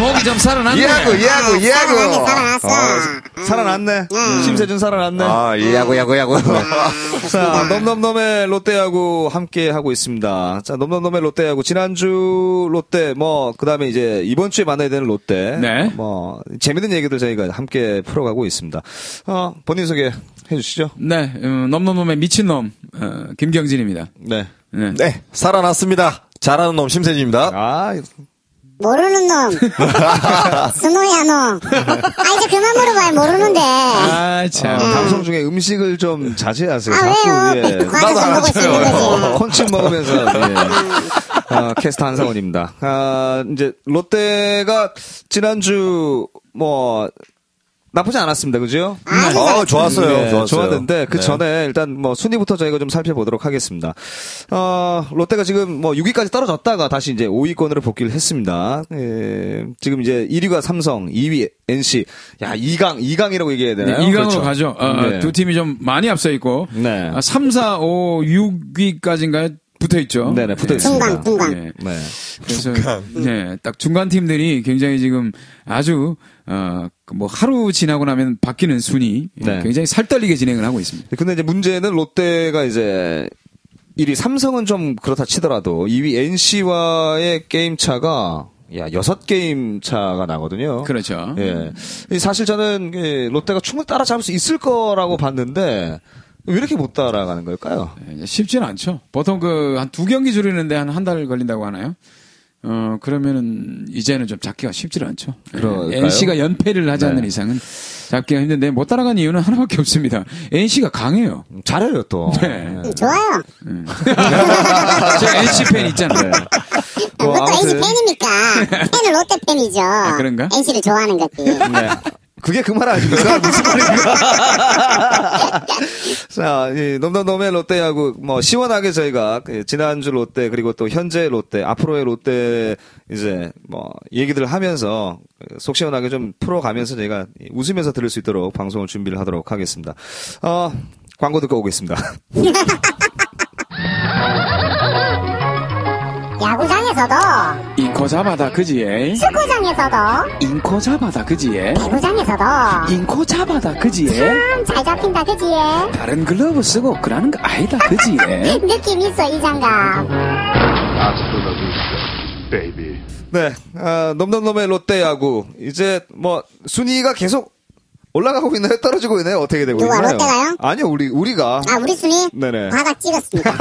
목이 좀 살아났네. 이하고 이하고 살아났네, 이하고. 살아났어. 아, 살아났네. 심세준 음. 살아났네. 아 이하고 야고 야고. 네. 자, 넘넘넘의 롯데하고 함께 하고 있습니다. 자, 넘넘넘의 롯데하고 지난주 롯데 뭐 그다음에 이제 이번 주에 만나야 되는 롯데. 네. 뭐 재밌는 얘기들 저희가 함께 풀어가고 있습니다. 어, 본인 소개 해주시죠. 네, 음, 넘넘넘의 미친놈 어, 김경진입니다. 네. 네. 네 살아났습니다. 잘하는 놈 심세준입니다. 아, 모르는 놈. 스노야 너. 아 이제 그만 물어봐요. 모르는데. 아 아 참. 음. 방송 중에 음식을 좀 자제하세요. 왜요? 그 예. 과자 좀 먹을 수 있는 거지. 콘칩 먹으면서 예. 아, 캐스터 한상원입니다. 아, 이제 롯데가 지난주 뭐 나쁘지 않았습니다, 그죠? 아주 어 좋았어요. 네, 좋았어요. 는데그 전에 일단 뭐 순위부터 저희가 좀 살펴보도록 하겠습니다. 어, 롯데가 지금 뭐 6위까지 떨어졌다가 다시 이제 5위권으로 복귀를 했습니다. 예, 지금 이제 1위가 삼성, 2위 NC. 야, 2강, 2강이라고 얘기해야 네, 되나요? 2강으로 그렇죠. 가죠. 어, 어, 네. 두 팀이 좀 많이 앞서 있고 네. 아, 3, 4, 5, 6위까지인가요? 붙어 있죠. 네네, 붙어 있습니다. 중간, 중간. 예. 네. 그래서 네, 딱 중간 팀들이 굉장히 지금 아주 어, 그뭐 하루 지나고 나면 바뀌는 순위 네. 굉장히 살떨리게 진행을 하고 있습니다. 근데 이제 문제는 롯데가 이제 1위 삼성은 좀 그렇다 치더라도 2위 NC와의 게임 차가 야, 6게임 차가 나거든요. 그렇죠. 예. 이 사실 저는 예, 롯데가 충분히 따라잡을 수 있을 거라고 봤는데 왜 이렇게 못 따라가는 걸까요? 예, 쉽지는 않죠. 보통 그 한 두 경기 줄이는데 한 한 달 걸린다고 하나요? 어 그러면은 이제는 좀 잡기가 쉽지는 않죠. 그럴까요? NC가 연패를 하지 네. 않는 이상은 잡기가 힘든데 못 따라간 이유는 하나밖에 없습니다. NC가 강해요. 잘해요 또. 네. 예. 음, 좋아요. 제가 NC 팬 있잖아요. 뭐, 그것도 아무튼. NC 팬이니까. 팬은 롯데 팬이죠. 그런가? NC를 좋아하는 거지. 네. 그게 그 말 아닙니까? 무슨 말입니까? 자, 이 넘넘넘의 롯데하고 뭐 시원하게 저희가 그 지난주 롯데 그리고 또 현재 롯데 앞으로의 롯데 이제 뭐 얘기들을 하면서 그 속 시원하게 좀 풀어가면서 저희가 웃으면서 들을 수 있도록 방송을 준비를 하도록 하겠습니다. 어, 광고 듣고 오겠습니다. 야구장에서도, 인코 잡아다 그지에 축구장에서도, 인코 잡아다 그지에 배구장에서도 인코 잡아다 그지에 참 잘 잡힌다 그지에. 다른 글러브 쓰고 그러는 거 아니다 그지에 느낌 있어 이 장갑. Hasta la vista, baby. 네, 아, 넘넘넘의 롯데하고 이제 뭐 순위가 계속 올라가고 있나요? 떨어지고 있나요? 어떻게 되고 누가, 있나요? 롯데가요? 아니요, 우리 우리가 아 우리 순위 네네. 과가 찍었습니다. 야,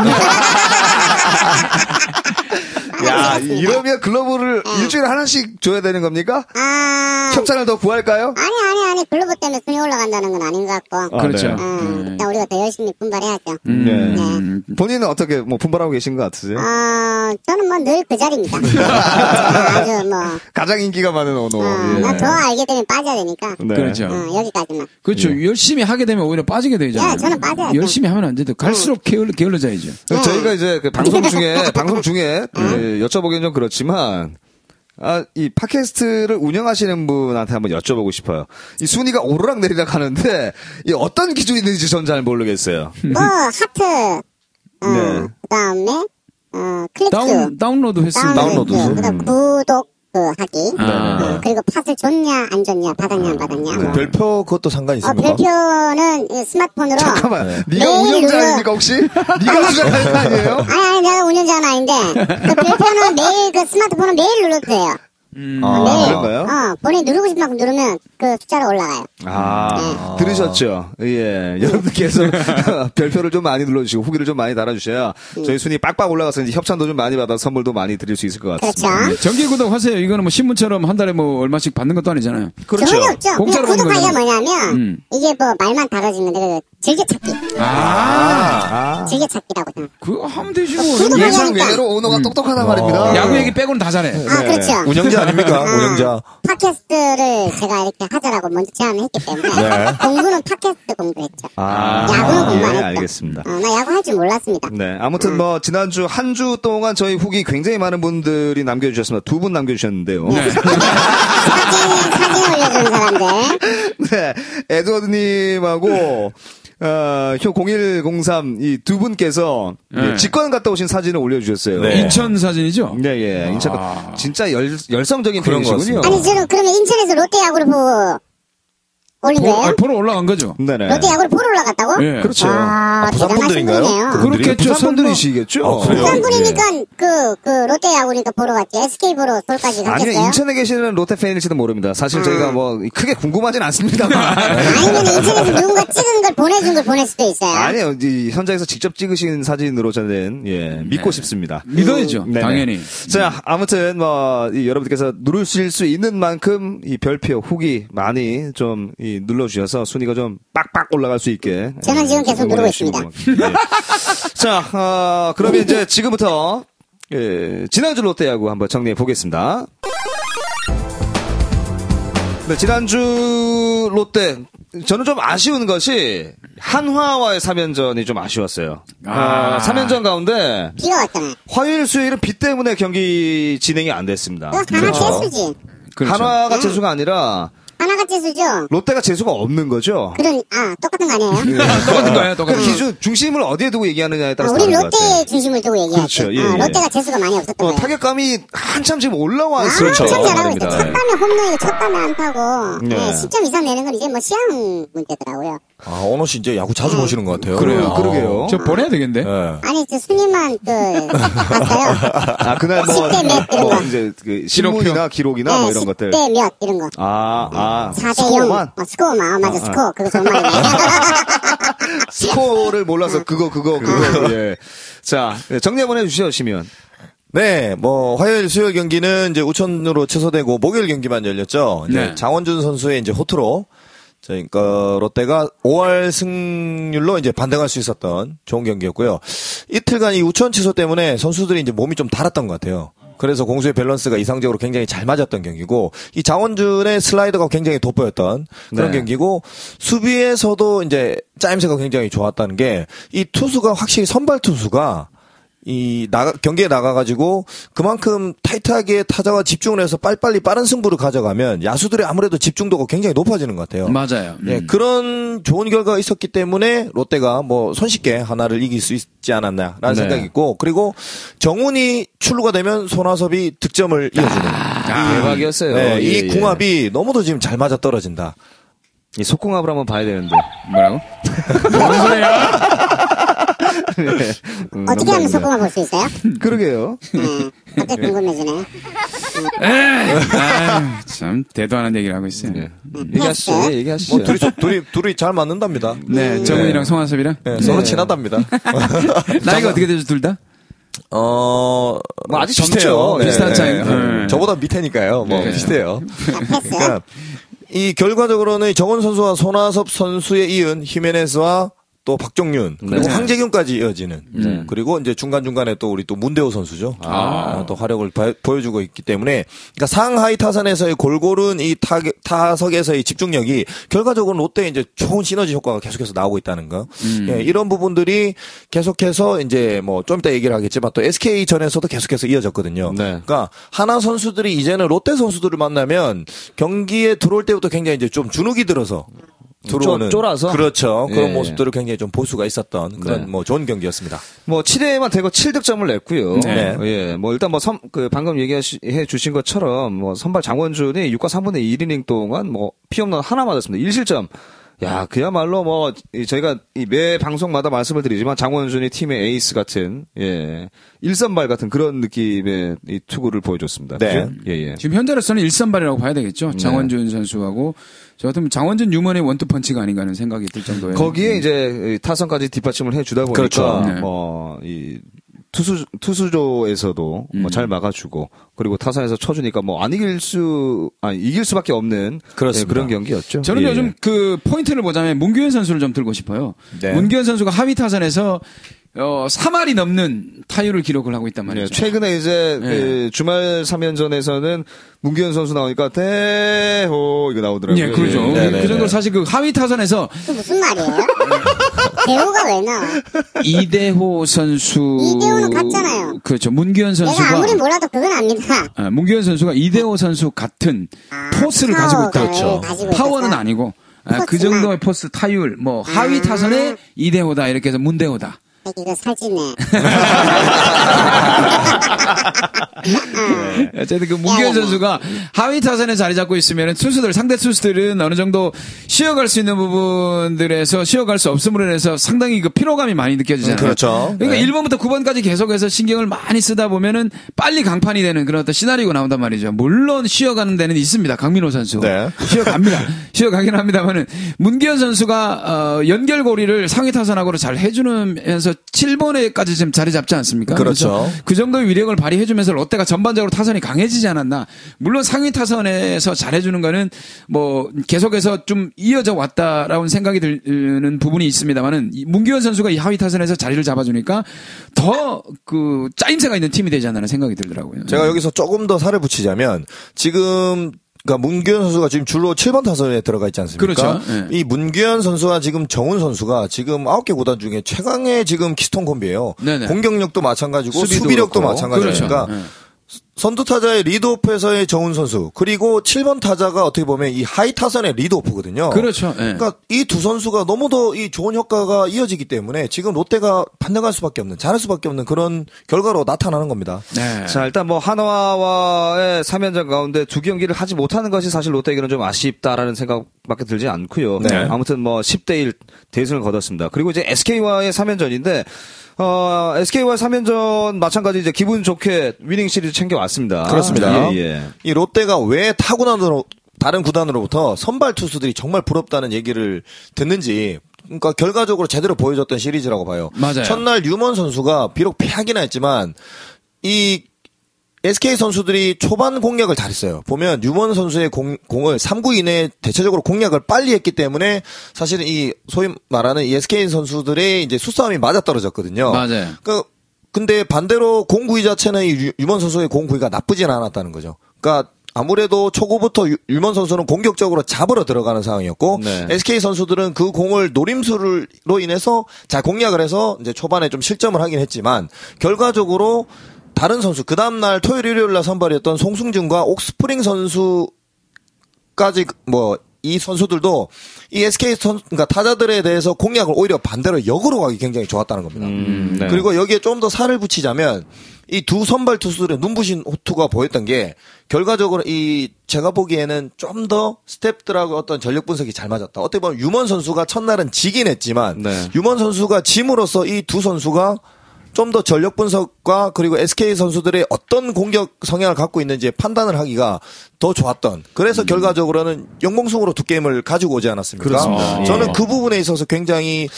아, 그렇습니다. 이러면 글러브를 일주일에 하나씩 줘야 되는 겁니까? 아 협찬을 더 구할까요? 아니 아니 아니 글로브 때문에 순위 올라간다는 건 아닌 것 같고. 아, 그렇죠. 음, 일단 우리가 더 열심히 분발해야죠. 네. 음, 본인은 어떻게 뭐 분발하고 계신 것 같으세요? 어, 저는 뭐 늘 그 자리입니다. 제가 아주 뭐, 가장 인기가 많은 언어. 어, 어, 예. 나더 알게 되면 빠져야 되니까. 네. 그렇죠. 어, 여기까지만. 그렇죠. 열심히 하게 되면 오히려 빠지게 되잖아요. 예, 저는 빠져야죠. 열심히 하면 안 돼도 갈수록 게을러, 게을러져야죠. 어. 그래서 저희가 이제 그 방송 중에 방송 중에 예, 여쭤보기는 좀 그렇지만 아, 이 팟캐스트를 운영하시는 분한테 한번 여쭤보고 싶어요. 이 순위가 오르락 내리락 하는데 이 어떤 기준이 있는지 전 잘 모르겠어요. 뭐, 하트, 어, 네. 그 다음에, 어, 클릭 다운, 수, 다운로드 횟수. 다운로드 수, 그 다음 구독, 그, 하기. 아. 어, 그리고 팟을 줬냐, 안 줬냐, 받았냐, 안 네, 받았냐. 뭐. 별표 그것도 상관 어, 있습니까? 별표는 이 스마트폰으로. 잠깐만, 네가 매일 운영자 눌러- 아닙니까 혹시? 네가 주장하는 거 아니에요? 아니, 아니, 내가 운전자는 아닌데. 그 별표는 매일, 그 스마트폰은 매일 눌러도 돼요. 아, 매일. 그런가요? 어, 본인이 누르고 싶은 만큼 누르면 그 숫자로 올라가요. 음. 아, 들으셨죠? 예. 여러분께서 별표를 좀 많이 눌러주시고 후기를 좀 많이 달아주셔야 저희 순위 빡빡 올라가서 이제 협찬도 좀 많이 받아서 선물도 많이 드릴 수 있을 것 그렇죠. 같습니다. 네, 정기 구독하세요. 이거는 뭐 신문처럼 한 달에 뭐 얼마씩 받는 것도 아니잖아요. 그렇죠. 전혀 없죠. 그냥 공짜로 먹는 구독하기가 거잖아요. 뭐냐면 음. 이게 뭐 말만 다뤄지는데 그 즐겨찾기. 아, 즐겨찾기라고 생각. 그거 하면 되지 뭐. 구독- 예. 예상 외로 오너가 똑똑하단 말입니다. 야구 얘기 빼고는 다 잘해. 네. 아 그렇죠. 운영자 아닙니까? 음. 운영자. 팟캐스트를 제가 이렇게 하자라고 먼저 제안을 했기 때문에 공부는 팟캐스트 공부했죠. 네. 아, 야구는 공부 안 예, 했죠. 알겠습니다. 어, 나 야구 할 줄 몰랐습니다. 네. 아무튼 뭐 지난주 한 주 동안 저희 후기 굉장히 많은 분들이 남겨 주셨습니다. 두 분 남겨 주셨는데요. 네. 사진 사진 올려주는 사람들. 에드워드 님하고 네, 어, 효 0103 이 두 분께서 네. 예, 직관 갔다 오신 사진을 올려주셨어요. 네. 인천 사진이죠? 네, 예. 인천 아. 진짜 열, 열성적인 그런 것 팬이시군요. 아니 저는 그러면 인천에서 롯데 야구를 보고 올린 보러, 거예요? 아니, 보러 올라간 거죠. 네네. 롯데 야구를 보러 올라갔다고? 예. 그렇죠. 아, 아, 대단하신 부산분들인가요? 분이네요. 그분들이? 그렇겠죠. 부산 분들이시겠죠. 아, 그래요? 부산 분이니까 예. 그, 그 롯데 야구니까 보러 갔지. SK 보러 돌까지 뭐? 음. 아니면 갔겠어요? 인천에 계시는 롯데 팬일지도 모릅니다. 사실 저희가 뭐 크게 궁금하진 네. 않습니다만. 아니면 인천에서 누군가 찍은 걸 보내준 걸 보낼 수도 있어요. 아니요, 이 현장에서 직접 찍으신 사진으로 저는 예 믿고 네. 싶습니다. 음, 믿어야죠. 네네. 당연히. 음. 자, 아무튼 뭐, 이 여러분들께서 누르실 수 있는 만큼 이 별표 후기 많이 좀 이 눌러주셔서 순위가 좀 빡빡 올라갈 수 있게. 음, 저는 지금 계속 누르고 응원해주시기 바랍니다. 예. 자, 아, 그러면 이제 지금부터 예, 지난주 롯데야구 한번 정리해 보겠습니다. 네, 지난주 롯데 저는 좀 아쉬운 것이 한화와의 3연전이 좀 아쉬웠어요. 아. 아, 3연전 가운데 비가 왔잖아요. 어, 화요일 수요일은 비 때문에 경기 진행이 안 됐습니다. 어, 그렇죠. 음. 그거 하나 재수지. 그렇죠. 한화가 재수가 아니라 하나가 재수죠. 롯데가 재수가 없는 거죠. 그런 아 똑같은 거 아니에요? 네, 똑같은 거예요, 똑같은 그 거. 기준 중심을 어디에 두고 얘기하느냐에 아, 따라서 우리 다른 것 같아요. 롯데 네. 중심을 두고 얘기하지. 그렇죠. 예, 아, 예. 롯데가 재수가 많이 없었던 어, 거예요. 타격감이 한참 지금 올라와 있어요. 참 잘하고 아, 있어. 아, 첫 그렇죠. 말입니다. 밤에 홈런이고 첫 밤에 안타고 네. 네. 10점 이상 내는 건 이제 뭐 시향 문제더라고요. 아, 원호 씨 이제 야구 자주 보시는 것 같아요. 음. 그래요, 아, 그러게요. 음. 저 보내야 되겠는데? 예. 아니 저 순위만 그 봤어요. 아 그날 뭐, 10대 몇 이런 뭐 거. 이제 그 신문이나 기록이나 뭐 이런 것들. 네, 10대 몇 이런 거. 아, 아, 4대 0. 스코어만? 어, 스코어만. 어, 맞아, 아, 아. 스코어. 그거 정말이네. 스코어를 몰라서 그거, 그거, 그거. 예. 자, 예, 정리 한번 해주시죠, 시면. 네, 뭐 화요일 수요일 경기는 이제 우천으로 취소되고 목요일 경기만 열렸죠. 이제 네. 장원준 선수의 이제 호투로 저 그러니까 롯데가 5할 승률로 이제 반등할 수 있었던 좋은 경기였고요. 이틀간 이 우천 취소 때문에 선수들이 이제 몸이 좀 달았던 것 같아요. 그래서 공수의 밸런스가 이상적으로 굉장히 잘 맞았던 경기고 이 장원준의 슬라이더가 굉장히 돋보였던 그런 네. 경기고 수비에서도 이제 짜임새가 굉장히 좋았다는 게 이 투수가 확실히 선발 투수가 이 나가, 경기에 나가가지고 그만큼 타이트하게 타자와 집중을 해서 빨리빨리 빠른 승부를 가져가면 야수들의 아무래도 집중도가 굉장히 높아지는 것 어. 같아요. 맞아요. 예, 음. 그런 좋은 결과가 있었기 때문에 롯데가 뭐 손쉽게 하나를 이길 수 있지 않았나라는 네. 생각이 있고 그리고 정훈이 출루가 되면 손아섭이 득점을 이어주는 아, 대박이었어요. 네, 예, 이 예. 궁합이 너무도 지금 잘 맞아 떨어진다. 이 속궁합을 한번 봐야 되는데. 뭐라고? 뭔 소리야? 음, 어떻게 하면 농담입니다. 소금을 볼 수 있어요? 그러게요. 네. 갑자기 궁금해지네. 아유, 참 대도하는 얘기를 하고 있어요. 네, 얘기하시죠. 예, 얘기하시죠. 뭐 둘이 좀- 둘이 둘이 잘 맞는답니다. 네, 정훈이랑 네. 성화섭이랑 네. 예, 서로 친하답니다. 나이가 어떻게 되죠 둘 다? 어, 뭐 아직 비슷해요. 젊죠. 비슷한 차이. 네. 저보다 밑에니까요. 뭐 네. 비슷해요. 자, 아, 패스. 그러니까 이 결과적으로는 정원 선수와 손아섭 선수에 이은 히메네스와 또 박종윤 그리고 네. 황재균까지 이어지는 그리고 이제 중간 중간에 또 우리 또 문대호 선수죠 아. 아, 또 화력을 바- 보여주고 있기 때문에 그러니까 상하이 타선에서의 골고른 이 타, 타석에서의 집중력이 결과적으로 롯데 이제 좋은 시너지 효과가 계속해서 나오고 있다는 거 음. 예, 이런 부분들이 계속해서 이제 뭐 좀 이따 얘기를 하겠지만 또 SK 전에서도 계속해서 이어졌거든요 네. 그러니까 하나 선수들이 이제는 롯데 선수들을 만나면 경기에 들어올 때부터 굉장히 이제 좀 주눅이 들어서 들어오는 쪼- 쫄아서? 그렇죠 예, 그런 예. 모습들을 굉장히 좀 볼 수가 있었던 그런 네. 뭐 좋은 경기였습니다. 뭐 7회만 되고 7득점을 냈고요. 네. 예. 뭐 일단 뭐 그 방금 얘기해 주신 것처럼 뭐 선발 장원준이 6과 3분의 1이닝 동안 뭐 피홈런 하나 맞았습니다. 1실점. 야, 그야말로 뭐 이 저희가 이 매 방송마다 말씀을 드리지만 장원준이 팀의 에이스 같은 예. 일선발 같은 그런 느낌의 이 투구를 보여줬습니다. 네. 그죠? 예, 예. 지금 현재로서는 일선발이라고 봐야 되겠죠. 네. 장원준 선수하고 저 같으면 장원준 유먼의 원투펀치가 아닌가 하는 생각이 들 정도예요. 거기에 이제 이 타선까지 뒷받침을 해주다 보니까 그렇죠. 네. 뭐이 투수 투수조에서도 음. 뭐잘 막아주고 그리고 타선에서 쳐주니까 뭐 안 이길 수 아니 이길 수밖에 없는 그렇습니다. 예, 그런 경기였죠. 저는 예. 요즘 그 포인트를 보자면 문규현 선수를 좀 들고 싶어요. 네. 문규현 선수가 하위 타선에서 어 3할이 넘는 타율을 기록을 하고 있단 예, 말이죠. 네. 최근에 이제 그 주말 3연전에서는 문기현 선수 나오니까 대호 이거 나오더라고요. 예, 그러죠. 예. 네, 네, 그 네. 정도로 사실 그 하위 타선에서 그 무슨 말이에요? 배우가 왜 나와? 이대호 선수 이대호는 같잖아요. 그렇죠. 문규현 내가 선수가 아무리 몰라도 그건 압니다. 아, 문규현 선수가 이대호 선수 같은 아, 포스를 가지고 있다. 파워를 가지고 있다. 파워는 아니고 아, 그 포스만. 정도의 포스 타율, 뭐 음. 하위 타선에 이대호다 이렇게 해서 문대호다. 이거 살찌네. 어쨌든 그 문경 선수가 하위 타선에 자리 잡고 있으면 투수들 상대 투수들은 어느 정도 쉬어갈 수 있는 부분들에서 쉬어갈 수 없음으로 인해서 상당히 그 피로감이 많이 느껴지잖아요. 음, 그렇죠. 그러니까 네. 1번부터 9번까지 계속해서 신경을 많이 쓰다 보면은 빨리 강판이 되는 그런 어떤 시나리오가 나온단 말이죠. 물론 쉬어가는 데는 있습니다. 강민호 선수. 네. 쉬어갑니다. 쉬어가긴 합니다만은 문기현 선수가 어, 연결고리를 상위 타선하고로 잘 해주면서 7번에까지 지금 자리 잡지 않습니까? 그렇죠. 그래서 그 정도의 위력을 발휘해주면서 롯데가 전반적으로 타선이 강해지지 않았나. 물론 상위 타선에서 잘해주는 거는 뭐 계속해서 좀 이어져 왔다라는 생각이 드는 부분이 있습니다만은 문규현 선수가 이 하위 타선에서 자리를 잡아주니까 더 그 짜임새가 있는 팀이 되지 않나 생각이 들더라고요. 제가 여기서 조금 더 살을 붙이자면 지금 그러니까 문규현 선수가 지금 줄로 7번 타선에 들어가 있지 않습니까? 그렇죠. 예. 이 문규현 선수와 지금 정훈 선수가 지금 9개 구단 중에 최강의 지금 키스톤 콤비예요. 네네. 공격력도 마찬가지고 수비도 수비력도 그렇고. 그렇죠. 마찬가지니까 예. 선두 타자의 리드오프에서의 정훈 선수 그리고 7번 타자가 어떻게 보면 이 하이 타선의 리드오프거든요. 그렇죠. 예. 그러니까 이 두 선수가 너무도 이 좋은 효과가 이어지기 때문에 지금 롯데가 반등할 수밖에 없는 잘할 수밖에 없는 그런 결과로 나타나는 겁니다. 네. 자, 일단 뭐 한화와의 3연전 가운데 두 경기를 하지 못하는 것이 사실 롯데에게는 좀 아쉽다라는 생각밖에 들지 않고요. 네. 아무튼 뭐 10대 1 대승을 거뒀습니다. 그리고 이제 SK와의 3연전인데 어, SK와 3연전 마찬가지 이제 기분 좋게 위닝 시리즈 챙겨왔습니다. 그렇습니다. 예, 예. 이 롯데가 왜 타고난으로 다른 구단으로부터 선발 투수들이 정말 부럽다는 얘기를 듣는지 그러니까 결과적으로 제대로 보여줬던 시리즈라고 봐요. 맞아요. 첫날 유먼 선수가 비록 패하긴 했지만 이 SK 선수들이 초반 공략을 잘했어요. 보면 유먼 선수의 공, 공을 3구 이내에 대체적으로 공략을 빨리 했기 때문에 사실은 이 소위 말하는 이 SK 선수들의 이제 수싸움이 맞아떨어졌거든요. 맞아요. 그 근데 반대로 공구위 자체는 이 유- 유먼 선수의 공구위가 나쁘진 않았다는 거죠. 그러니까 아무래도 초구부터 유- 유먼 선수는 공격적으로 잡으러 들어가는 상황이었고 네. SK 선수들은 그 공을 노림수로 인해서 잘 공략을 해서 이제 초반에 좀 실점을 하긴 했지만 결과적으로 다른 선수 그 다음 날 토요일 일요일 날 선발이었던 송승준과 옥스프링 선수 까지 뭐 이 선수들도 이 SK 선 그러니까 타자들에 대해서 공략을 오히려 반대로 역으로 가기 굉장히 좋았다는 겁니다. 음, 네. 그리고 여기에 좀 더 살을 붙이자면 이 두 선발 투수들의 눈부신 호투가 보였던 게 결과적으로 이 제가 보기에는 좀 더 스텝들하고 어떤 전력 분석이 잘 맞았다. 어떻게 보면 유먼 선수가 첫날은 지긴 했지만 네. 유먼 선수가 짐으로써 이 두 선수가 좀 더 전력 분석과 그리고 SK 선수들의 어떤 공격 성향을 갖고 있는지 판단을 하기가 더 좋았던 그래서 결과적으로는 영공승으로 두 게임을 가지고 오지 않았습니까? 음. 그렇습니다. 저는 예. 그 부분에 있어서 굉장히 이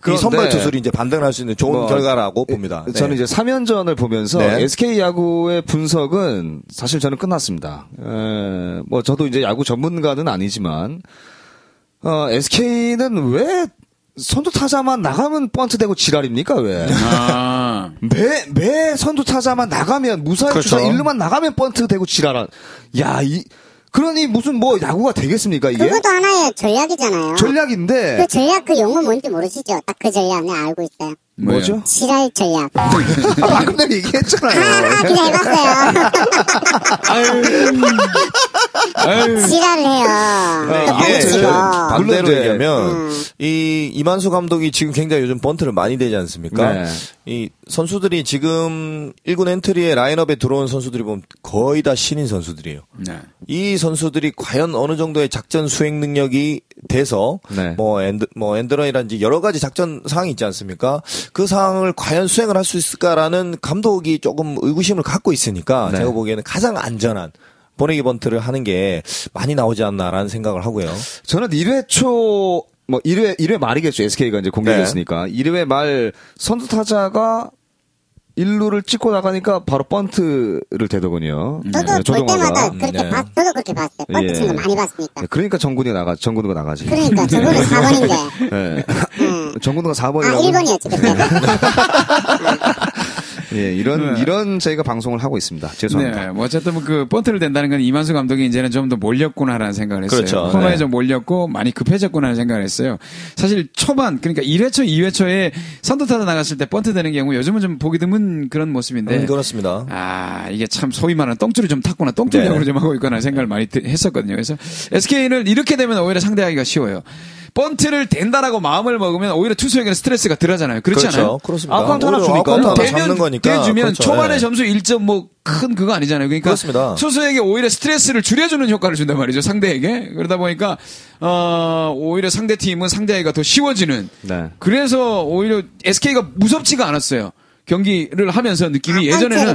그런데 선발 투수들이 이제 반등을 할 수 있는 좋은 뭐, 결과라고 봅니다. 예, 저는 네. 이제 3연전을 보면서 네. SK 야구의 분석은 사실 저는 끝났습니다. 에, 뭐 저도 이제 야구 전문가는 아니지만 SK는 왜 선두 타자만 나가면 번트 되고 지랄입니까 왜? 아. 매, 매 선두 타자만 나가면 무사히 그렇죠. 주자 일루만 나가면 번트 되고 지랄한. 야, 이 그러니 무슨 뭐 야구가 되겠습니까 이게? 그것도 하나의 전략이잖아요. 전략인데 네. 그 전략 그 용어 뭔지 모르시죠? 딱 그 전략 내 알고 있어요. 뭐예요? 뭐죠? 지랄 전략. 아, 아, 방금 전에 얘기했잖아요. 그냥 해봤어요. 아유. 예. 아유. 지랄을 해요. 네, 또 이게 뻥치고. 저는 반대로 아, 그렇죠. 물론 이제, 음. 얘기하면 이 이만수 감독이 지금 굉장히 요즘 번트를 많이 되지 않습니까? 네. 이 선수들이 지금 1군 엔트리에 라인업에 들어온 선수들이 보면 거의 다 신인 선수들이에요. 네. 이 선수들이 과연 어느 정도의 작전 수행 능력이 돼서 네. 뭐 엔드 뭐 엔드런이란지 여러 가지 작전 사항이 있지 않습니까? 그 사항을 과연 수행을 할 수 있을까라는 감독이 조금 의구심을 갖고 있으니까 네. 제가 보기에는 가장 안전한 보내기 번트를 하는 게 많이 나오지 않나라는 생각을 하고요. 저는 1회 초, 뭐, 1회, 1회 말이겠죠. SK가 이제 공격했으니까. 네. 1회 말 선두 타자가 1루를 찍고 나가니까 바로 번트를 대더군요. 음. 저도 네, 볼 때마다 조동화가. 그렇게 네. 봤, 저도 그렇게 봤어요. 뻘트 예. 친거 많이 봤으니까. 네, 그러니까 정군이가 나가, 정군우가 나가지. 그러니까 저거는 4번인데. 예. 정군우가 아, 4번이라고. 1번이었지, 그때. 예, 이런 네. 이런 저희가 방송을 하고 있습니다. 죄송합니다. 네, 뭐 어쨌든 뭐그 번트를 댄다는 건 이만수 감독이 이제는 좀 더 몰렸구나라는 생각을 했어요. 그렇죠. 코너에 네. 좀 몰렸고 많이 급해졌구나라는 생각을 했어요. 사실 초반 그러니까 1회초, 2회초에 선두타로 나갔을 때 번트 되는 경우 요즘은 좀 보기 드문 그런 네. 모습인데 음, 그렇습니다. 아, 이게 참 소위 말하는 똥줄이 좀 탔구나, 똥줄이 역으로 네. 좀 하고 있구나 생각을 많이 드- 했었거든요. 그래서 SK는 이렇게 되면 오히려 상대하기가 쉬워요. 번트를 된다라고 마음을 먹으면 오히려 투수에게는 스트레스가 덜하잖아요. 그렇지 그렇죠. 않아요? 그렇습니다. 아웃카운트 하나 오히려 주니까요. 아웃카운트 하나 되면 잡는 거니까. 돼주면 그렇죠. 초반에 예. 점수 1점 뭐 큰 그거 아니잖아요. 그러니까 그렇습니다. 투수에게 오히려 스트레스를 줄여주는 효과를 준단 말이죠. 상대에게 그러다 보니까 어, 오히려 상대 팀은 상대가 더 쉬워지는. 네. 그래서 오히려 SK가 무섭지가 않았어요. 경기를 하면서 느낌이 아, 예전에는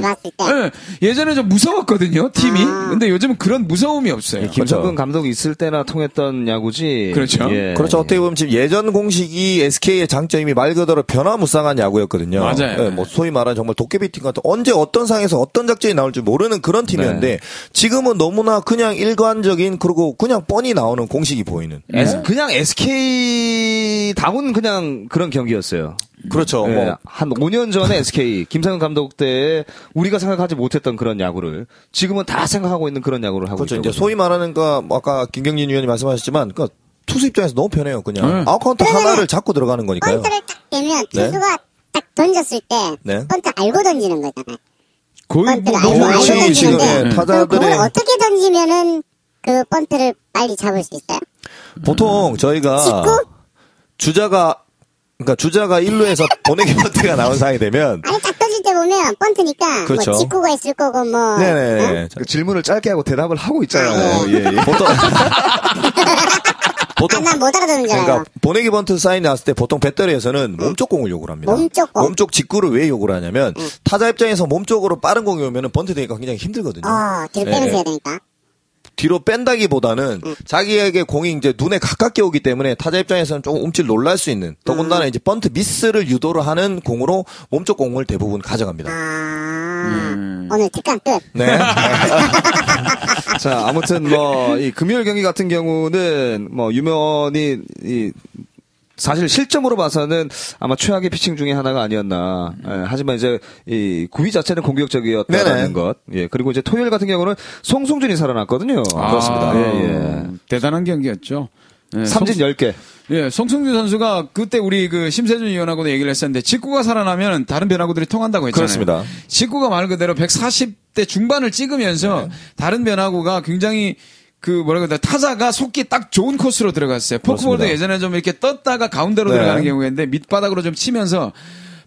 펀치를 봤을 아. 예, 예전에 좀 무서웠거든요 팀이. 근데 요즘은 그런 무서움이 없어요. 김정근 감독이 있을 때나 통했던 야구지. 그렇죠. 예. 그렇죠. 어떻게 보면 지금 예전 공식이 SK의 장점이 말 그대로 변화무쌍한 야구였거든요. 맞아요. 예, 뭐 소위 말하는 정말 도깨비 팀 같은 언제 어떤 상에서 어떤 작전이 나올지 모르는 그런 팀이었는데 지금은 너무나 그냥 일관적인 그리고 그냥 뻔히 나오는 공식이 보이는. 네? S- 그냥 SK 당은 그냥 그런 경기였어요. 그렇죠. 예, 뭐 한 5년 전에 SK 김상현 감독 때 우리가 생각하지 못했던 그런 야구를 지금은 다 생각하고 있는 그런 야구를 하고 그렇죠. 있죠. 이제 소위 말하는 거 아까 김경진 위원이 말씀하셨지만 그 투수 입장에서 너무 편해요. 그냥 네. 아웃카운트 그러면은 하나를 잡고 들어가는 거니까요. 번트를 딱 되면 네. 투수가 딱 던졌을 때 네. 번트 알고 던지는 거잖아요. 거의 번트를 뭐 알고, 너무 알고 그렇지, 무서운 지금, 건데. 예, 던지는데 타- 그럼 그걸 타자들의- 어떻게 던지면은 그 번트를 빨리 잡을 수 있어요? 보통 저희가 직구? 주자가 그러니까 주자가 1루에서 보내기 번트가 나온 상황이 되면 아니 딱 던질 때 보면 번트니까 그렇죠. 뭐 직구가 있을 거고 뭐 어? 네네 그 질문을 짧게 하고 대답을 하고 아, 있잖아요. 예, 예. 보통 보통 아, 난 못 알아듣는 줄 알아요. 그러니까 보내기 번트 사인 났을 때 보통 배터리에서는 몸쪽 공을 요구를 합니다. 몸쪽 공? 음. 직구를 왜 요구를 하냐면 타자 입장에서 몸쪽으로 빠른 공이 오면은 번트 되기가 굉장히 힘들거든요. 어, 뒤로 빼면서 네. 해야 되니까. 뒤로 뺀다기보다는 음. 자기에게 공이 이제 눈에 가깝게 오기 때문에 타자 입장에서는 조금 움찔 놀랄 수 있는 더군다나 음. 이제 번트 미스를 유도를 하는 공으로 몸쪽 공을 대부분 음. 가져갑니다. 아, 오늘 특강 끝. 네. 자, 아무튼 뭐 이 금요일 경기 같은 경우는 뭐 유면이 이 사실 실점으로 봐서는 아마 최악의 피칭 중에 하나가 아니었나. 예, 하지만 이제 이 구위 자체는 공격적이었다는 네네. 것. 예. 그리고 이제 토요일 같은 경우는 송승준이 살아났거든요. 아, 예, 예. 대단한 경기였죠. 예, 삼진 송- 10개. 예, 송승준 선수가 그때 우리 그 심세준 위원하고도 얘기를 했었는데 직구가 살아나면 다른 변화구들이 통한다고 했잖아요. 그렇습니다. 직구가 말 그대로 140대 중반을 찍으면서 네. 다른 변화구가 굉장히 그 뭐라 그래 타자가 속기 딱 좋은 코스로 들어갔어요. 포크볼도 그렇습니다. 예전에 좀 이렇게 떴다가 가운데로 네. 들어가는 경우였는데 밑바닥으로 좀 치면서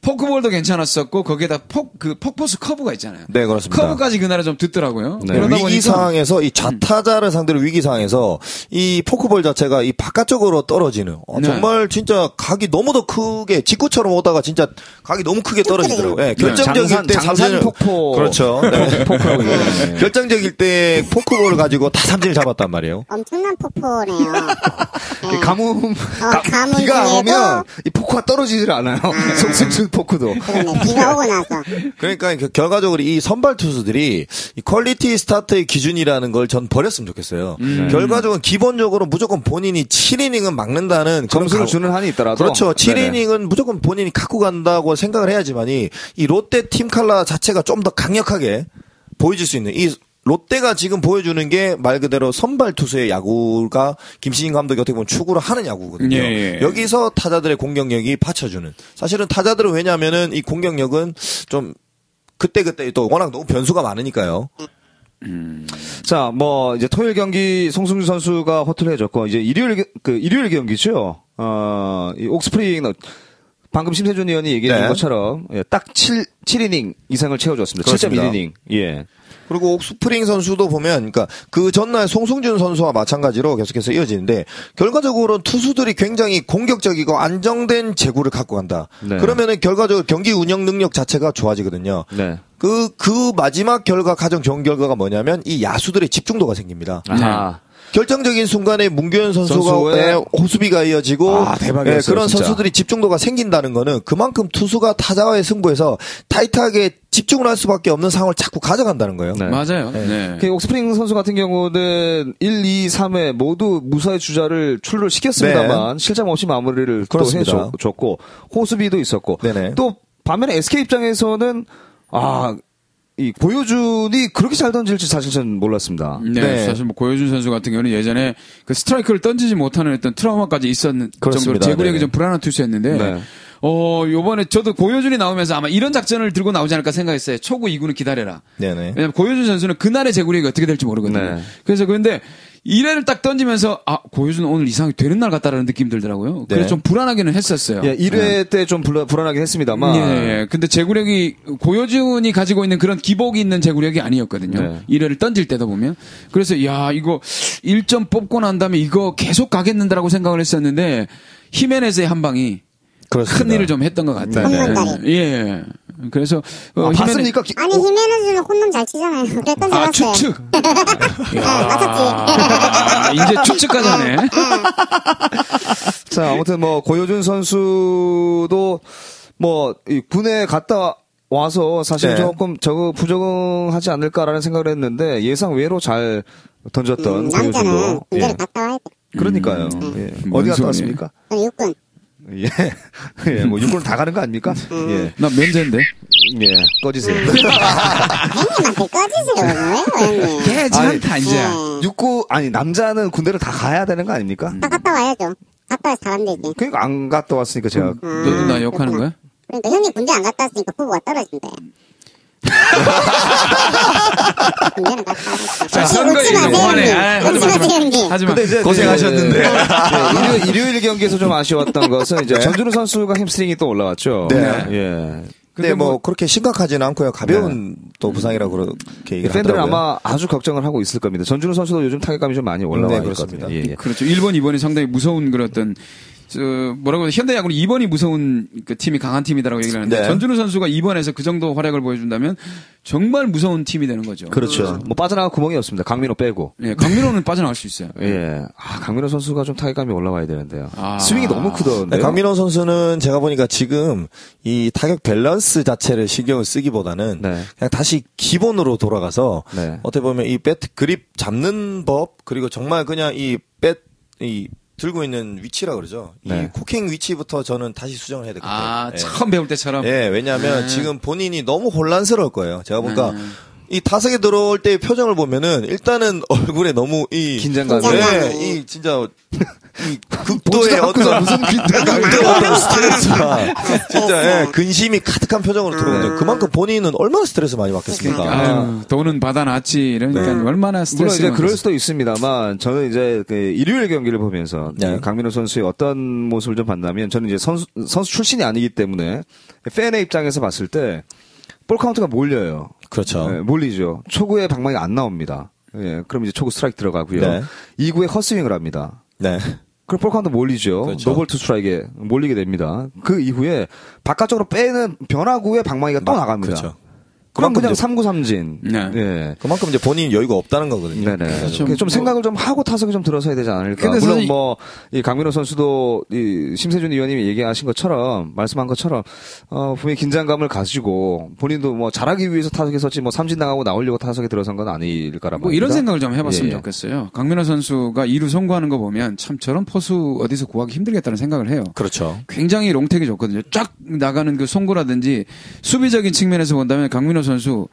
포크볼도 괜찮았었고 거기에다 폭 그 폭포수 커브가 있잖아요. 네, 그렇습니다. 커브까지 그날에 좀 듣더라고요. 네. 그러다 위기 보니까 상황에서 이 좌타자를 상대로 위기 상황에서 이 포크볼 자체가 이 바깥쪽으로 떨어지는 어, 네. 정말 진짜 각이 너무도 크게 직구처럼 오다가 진짜 각이 너무 크게 떨어지더라고요. 예, 네. 결정적일 장산- 때 장산 삼진을- 폭포. 그렇죠. 네. 포크라고 얘기하잖아요. 결정적일 때 포크볼을 가지고 다 삼진을 잡았단 말이에요. 엄청난 폭포네요. 어, 이그 가뭄, 가- 가뭄 비가 중에도- 오면 이 포크가 떨어지질 않아요. 송승준 포크도. 그런데 비가 오고 나서 그러니까 그 결과적으로 이 선발 투수들이 이 퀄리티 스타트의 기준이라는 걸 전 버렸으면 좋겠어요. 결과적으로 기본적으로 무조건 본인이 7이닝은 막는다는 그런 점수를 각- 주는 한이 있더라도. 그렇죠. 네네. 7이닝은 무조건 본인이 갖고 간다고 생각을 해야지만이 이 롯데 팀 칼라 자체가 좀 더 강력하게 보여줄 수 있는 이 롯데가 지금 보여주는 게 말 그대로 선발 투수의 야구가 김신인 감독이 어떻게 보면 추구를 하는 야구거든요. 예, 예. 여기서 타자들의 공격력이 받쳐주는. 사실은 타자들은 왜냐하면은 이 공격력은 좀 그때 그때 또 워낙 너무 변수가 많으니까요. 자, 뭐 이제 토요일 경기 송승준 선수가 호투를 해줬고 이제 일요일 겨- 그 일요일 경기죠. 어, 이 옥스프링 어, 방금 심세준 의원이 얘기해 준 네. 것처럼 예, 딱 7, 칠이닝 이상을 채워줬습니다. 그렇습니다. 7.1이닝. 예. 그리고 옥스프링 선수도 보면, 그러니까 그 전날 송승준 선수와 마찬가지로 계속해서 이어지는데 결과적으로 투수들이 굉장히 공격적이고 안정된 제구를 갖고 간다. 네. 그러면은 결과적으로 경기 운영 능력 자체가 좋아지거든요. 네. 그, 그 마지막 결과, 가정 경 결과가 뭐냐면 이 야수들의 집중도가 생깁니다. 아하. 결정적인 순간에 문교현 선수가 선수의 예, 호수비가 이어지고 아, 대박이었어요, 예, 그런 진짜. 선수들이 집중도가 생긴다는 거는 그만큼 투수가 타자와의 승부에서 타이트하게 집중을 할 수밖에 없는 상황을 자꾸 가져간다는 거예요. 네. 맞아요. 네. 그 옥스프링 선수 같은 경우는 1, 2, 3회 모두 무사히 주자를 출루를 시켰습니다만 실점 없이 마무리를 또 그렇습니다. 해줬고 호수비도 있었고 네네. 또 반면에 SK 입장에서는 아, 이 고효준이 그렇게 잘 던질지 사실 저는 몰랐습니다. 네, 네. 사실 뭐 고효준 선수 같은 경우는 예전에 그 스트라이크를 던지지 못하는 어떤 트라우마까지 있었는 정도로 그렇습니다. 제구력이 네네. 좀 불안한 투수였는데 네. 어 요번에 저도 고효준이 나오면서 아마 이런 작전을 들고 나오지 않을까 생각했어요. 초구 2구는 기다려라. 네네. 왜냐면 고효준 선수는 그날의 제구력이 어떻게 될지 모르거든요. 네. 그래서 근데 1회를 딱 던지면서 아 고효준 오늘 이상하게 되는 날 같다라는 느낌이 들더라고요. 그래서 네. 좀 불안하기는 했었어요. 예, 1회 때 좀 불안하게 했습니다만. 예, 예. 근데 제구력이 고효준이 가지고 있는 그런 기복이 있는 제구력이 아니었거든요. 네. 일 1회를 던질 때다 보면. 그래서 야, 이거 1점 뽑고 난 다음에 이거 계속 가겠는다라고 생각을 했었는데 히메네스의 한 방이 그렇습니다. 큰 일을 좀 했던 것 같아요. 네, 네. 예. 예. 그래서 아, 어, 히메네- 봤습니까? 기- 아니 히메네즈는 홈런 잘 치잖아요. 그랬던 줄 아, 알았어요. 추측. 예, 맞았지. 아, 이제 추측까지 어, 하네. 음, 자, 아무튼 뭐 고효준 선수도 뭐 이 군에 갔다 와서 사실 네. 조금 저거 부적응하지 않을까라는 생각을 했는데 예상 외로 잘 던졌던 음, 남자는 음. 고효준도. 군대를 예. 갔다 와야 돼. 그러니까요. 예. 뭔 어디 갔다 소리예요? 왔습니까? 저는 육군. 예. 예, 뭐 육군 다 가는 거 아닙니까? 음. 예. 나 면제인데. 예. 꺼지세요. 형님한테 꺼지세요. 왜요 형님. 괜찮다, 이제. 육군 아니 남자는 군대를 다 가야 되는 거 아닙니까? 다 갔다 와야죠. 갔다 와서 잘하면 되지. 아, 그러니까 안 갔다 왔으니까 제가 음. 어. 너도 나 욕하는 거야? 그러니까 형님 군대 안 갔다 왔으니까 후보가 떨어진대. 군대는 갔다 왔어. 자, 혹시 선거 웃지 얘기 마세요, 예. 형님. 그만해. 아이, 웃지 하지 마, 마세요, 형님. 하지 마. 근데 이제 고생하셨는데. 네, 네, 일요- 일요일 경기에서 좀 아쉬웠던 것은 이제 전준우 선수가 햄스트링이 또 올라왔죠. 네. 예. 근데 뭐, 그렇게 심각하진 않고요. 가벼운 또 부상이라고 그렇게 네. 이 얘기를 팬들은 하더라고요. 아마 아주 걱정을 하고 있을 겁니다. 전준우 선수도 요즘 타격감이 좀 많이 올라와 네, 있거든요. 그렇습니다. 예, 예. 그렇죠. 1번, 2번이 상당히 무서운 그런 어떤 저 뭐라고 해야 현대야구는 2번이 무서운 그 팀이 강한 팀이다라고 얘기를 하는데 네. 전준우 선수가 2번에서 그 정도 활약을 보여준다면 정말 무서운 팀이 되는 거죠. 그렇죠. 뭐 빠져나갈 구멍이 없습니다. 강민호 빼고. 예, 강민호는 빠져나갈 수 있어요. 네. 예. 아, 강민호 선수가 좀 타격감이 올라와야 되는데요. 아. 스윙이 너무 크던데. 네, 강민호 선수는 제가 보니까 지금 이 타격 밸런스 자체를 신경을 쓰기보다는 네. 그냥 다시 기본으로 돌아가서 네. 어떻게 보면 이 배트 그립 잡는 법 그리고 정말 그냥 이배이 들고 있는 위치라 그러죠. 네. 이 쿠킹 위치부터 저는 다시 수정을 해야 될 것 같아요. 아, 예. 처음 배울 때처럼. 예, 왜냐하면 지금 본인이 너무 혼란스러울 거예요. 제가 보니까 이 타석에 들어올 때의 표정을 보면은 일단은 얼굴에 너무 이 긴장감이. 네, 이 진짜 이 극도의 보지도 않고서 어. 어떤 무슨 긴장감이. 극도의 어떤 스트레스와 진짜 예, 근심이 가득한 표정으로 네. 들어오는데 그만큼 본인은 얼마나 스트레스 많이 그러니까. 받겠습니까? 음. 아유, 돈은 받아놨지. 그러니까 얼마나 네. 물론 스트레스. 이제 그럴 수도 있습니다만 저는 이제 그 일요일 경기를 보면서 네. 이 강민호 선수의 어떤 모습을 좀 봤냐면 저는 이제 선수 선수 출신이 아니기 때문에 팬의 입장에서 봤을 때 볼 카운트가 몰려요. 그렇죠. 예, 몰리죠. 초구에 방망이 안 나옵니다. 예, 그럼 이제 초구 스트라이크 들어가고요. 네. 이구에 헛스윙을 합니다. 네. 그럼 볼 카운트 몰리죠. 그렇죠. 노볼 투 스트라이크에 몰리게 됩니다. 그 이후에 바깥쪽으로 빼는 변화구에 방망이가 또 나갑니다. 그렇죠. 그럼 그만큼 그냥 이제- 음. 삼구 삼진. 네. 예. 그만큼 이제 본인 여유가 없다는 거거든요. 네네. 그렇죠. 그게 좀 생각을 좀 하고 타석이 좀 들어서야 되지 않을까. 근데 물론 선생님- 뭐, 이 강민호 선수도 이 심세준 의원님이 얘기하신 것처럼, 말씀한 것처럼, 어, 분명히 긴장감을 가지고, 본인도 뭐 잘하기 위해서 타석에 섰지 뭐 삼진당하고 나오려고 타석에 들어선 건 아닐까라 뭐 이런 생각을 좀 해봤으면 예, 예. 좋겠어요. 강민호 선수가 2루 선구하는 거 보면 참 저런 포수 어디서 구하기 힘들겠다는 생각을 해요. 그렇죠. 굉장히 롱택이 좋거든요. 쫙 나가는 그 송구라든지 수비적인 측면에서 본다면 강민호 선수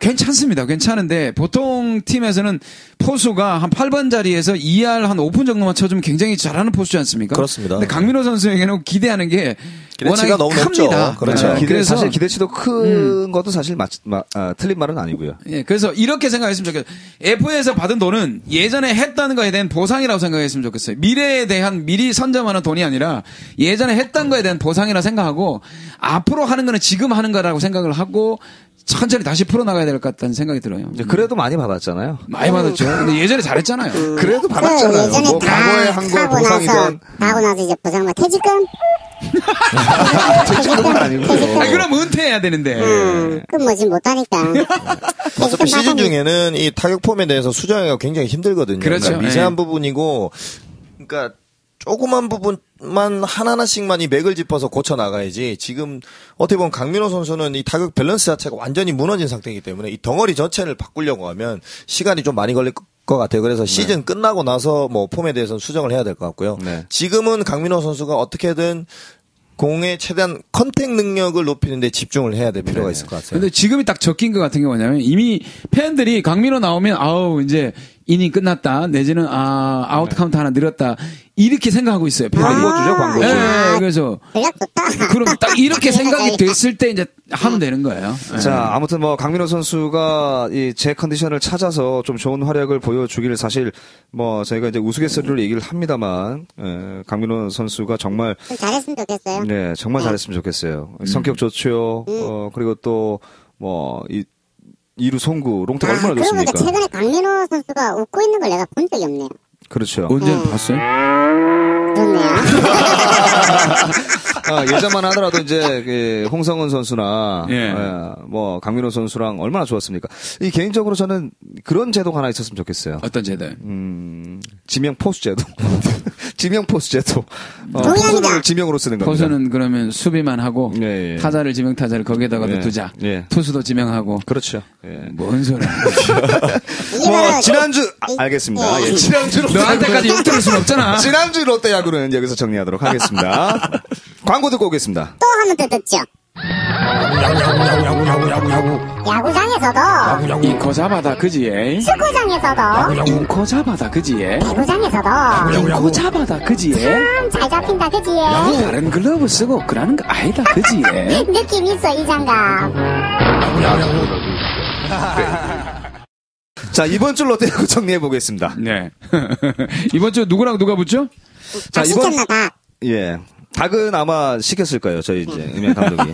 괜찮습니다. 괜찮은데 보통 팀에서는 포수가 한 8번 자리에서 2할 한 5분 정도만 쳐주면 굉장히 잘하는 포수지 않습니까? 그렇습니다. 근데 강민호 선수에게는 기대하는 게 기대치가 워낙에 너무 높죠. 큽니다. 그렇죠. 네, 기대, 그래서 음. 사실 기대치도 큰 것도 사실 맞, 마, 아, 틀린 말은 아니고요. 예, 그래서 이렇게 생각했으면 좋겠어요. FA에서 받은 돈은 예전에 했다는 거에 대한 보상이라고 생각했으면 좋겠어요. 미래에 대한 미리 선점하는 돈이 아니라 예전에 했던 거에 대한 보상이라 생각하고 앞으로 하는 거는 지금 하는 거라고 생각을 하고 천천히 다시 풀어나가야 될 것 같다는 생각이 들어요. 이제 그래도 많이 받았잖아요. 많이 받았죠. 근데 예전에 잘했잖아요. 그래도 그 예전에 받았잖아요. 뭐 다 과거에 한 거 하고 나서 보상이든 다 하고 나서 이제 보상 뭐 퇴직금? 퇴직금은 아니고. 아, 그럼 은퇴해야 예. 되는데. 음, 그건 뭐지 못하니까. 뭐 어차피 퇴직금 시즌 받았는데. 중에는 이 타격 폼에 대해서 수정하기가 굉장히 힘들거든요. 그렇죠. 러니까 미세한 예. 부분이고, 그러니까 조그만 부분만 하나하나씩만 이 맥을 짚어서 고쳐 나가야지. 지금 어떻게 보면 강민호 선수는 이 타격 밸런스 자체가 완전히 무너진 상태이기 때문에 이 덩어리 전체를 바꾸려고 하면 시간이 좀 많이 걸릴 것 같아요. 그래서 네. 시즌 끝나고 나서 뭐 폼에 대해서는 수정을 해야 될 것 같고요. 네. 지금은 강민호 선수가 어떻게든 공의 최대한 컨택 능력을 높이는데 집중을 해야 될 필요가 있을 것 같아요. 네. 근데 지금이 딱 적긴 것 같은 게 뭐냐면 이미 팬들이 강민호 나오면 아우 이제 이닝 끝났다 내지는 아 네. 아웃 카운트 하나 늘었다 이렇게 생각하고 있어요. 팬들이. 광고주죠, 네. 예, 광고주. 예, 그래서 전략 좋다. 그럼 딱 이렇게 생각이 됐을 때 이제 하면 되는 거예요. 네. 예. 자, 아무튼 뭐 강민호 선수가 이 제 컨디션을 찾아서 좀 좋은 활약을 보여주기를 사실 뭐 저희가 이제 우스갯소리로 얘기를 합니다만 에, 강민호 선수가 정말 좀 잘했으면 좋겠어요. 네, 정말 잘했으면 좋겠어요. 음. 성격 좋죠. 어, 그리고 또 뭐 이 이루 송구 롱터 아, 얼마나 그러고 보니까 좋습니까? 최근에 강민호 선수가 웃고 있는 걸 내가 본 적이 없네요. 그렇죠. 언제 봤어요? 뭐, 그렇네요. 아, 예전만 하더라도 이제 그 홍성은 선수나 예. 예, 뭐 강민호 선수랑 얼마나 좋았습니까? 이 개인적으로 저는 그런 제도가 하나 있었으면 좋겠어요. 어떤 제들? 음, 지명 포수 제도. 지명 포수 제도. 어, 동의합니다. 포수를 지명으로 쓰는 겁니다. 포수는 그러면 수비만 하고 예, 예. 타자를 지명 타자를 거기에다가 예, 두자 예. 투수도 지명하고 그렇죠. 예. 뭔 소리야? 이게 뭐 바로 지난주 아, 알겠습니다. 예, 지난주 롯데 너한테까지 욕 들을 순 없잖아. 지난주 롯데 야구는 여기서 정리하도록 하겠습니다. 광고 듣고 오겠습니다. 또 하면 또 듣죠. 야구장에서도 이 거자바다 그지에 축구장에서도 이 거자바다 그지에 배구장에서도 이거 잡아다 그지에 참 음, 잘 잡힌다 그지에 다른 글러브 쓰고 그러는 거 아니다 그지에 느낌 있어 이 장갑. 자, 이번 주 롯데 야구 정리해 보겠습니다. 네 이번 주 누구랑 누가 붙죠? 자, 다 아, 시켰나 다. 예. 닭은 아마 시켰을 까요 저희 이제 임현 감독이.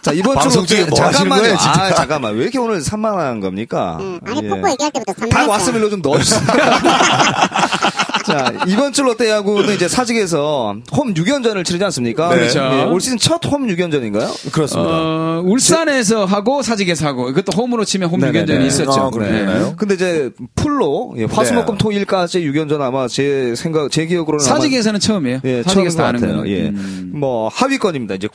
자 이번 주 방송 중에 롯데- 뭐 하시는 잠깐만요. 거예요, 진짜? 아 잠깐만 왜 이렇게 오늘 산만한 겁니까? 응. 음, 아니 예. 폭포 얘기할 때부터 삼 닭 만 왓스밀로 좀 넣어주세요. 자 이번 주 롯데야구는 이제 사직에서 홈 6연전을 치르지 않습니까? 예, 네. 그렇죠. 올 시즌 첫 홈 6연전인가요? 그렇습니다. 어, 울산에서 하고 사직에서 하고 이것도 홈으로 치면 홈 네네네. 유견전이 있었죠. 아, 그러네요. 네. 근데 이제 풀로 예, 화수목금 토일까지 6연전 아마 제 생각 제 기억으로는 아마- 사직에서는 처음이에요. 예, 사직에서 다 처음인 하는 것 같아요. 거는. 예. 음, 뭐 하위권입니다. 이제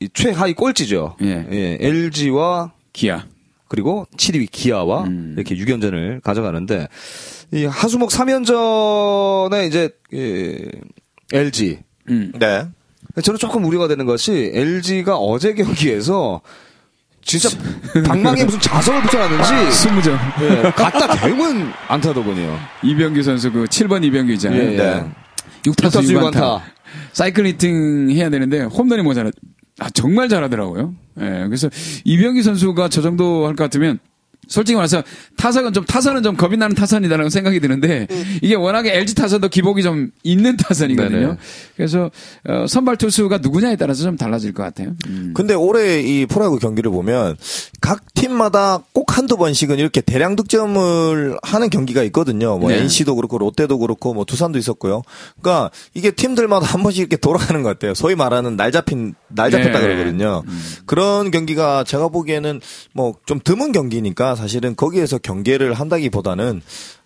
이 최하위 꼴찌죠. 예. LG와 기아. 그리고 7위 기아와 음. 이렇게 6연전을 가져가는데 이 하수목 3연전에 이제 예, LG 음. 네. 저는 조금 우려가 되는 것이 LG가 어제 경기에서 진짜 방망이에 무슨 자석을 아, 붙여놨는지 20점. 예, 갖다 대문 안타더군요. 이병규 선수 그 7번 이병규 있잖아요. 예, 예. 육타수 육타수 유관타. 유관타. 사이클 리팅 해야 되는데 홈런이 모자라. 아 정말 잘하더라고요. 예. 그래서 이병기 선수가 저 정도 할 것 같으면 솔직히 말해서 타선은 좀 타선은 좀 겁이 나는 타선이다라고 생각이 드는데 네. 이게 워낙에 LG 타선도 기복이 좀 있는 타선이거든요. 네네. 그래서 어, 선발 투수가 누구냐에 따라서 좀 달라질 것 같아요. 음. 근데 올해 이 프로야구 경기를 보면 각 팀마다 꼭 한두 번씩은 이렇게 대량 득점을 하는 경기가 있거든요. 뭐 네. NC도 그렇고 롯데도 그렇고 뭐 두산도 있었고요. 그러니까 이게 팀들마다 한 번씩 이렇게 돌아가는 것 같아요. 소위 말하는 날 잡힌 날 잡혔다 네. 그러거든요. 그런 경기가 제가 보기에는 뭐 좀 드문 경기니까 사실은 거기에서 경계를 한다기보다는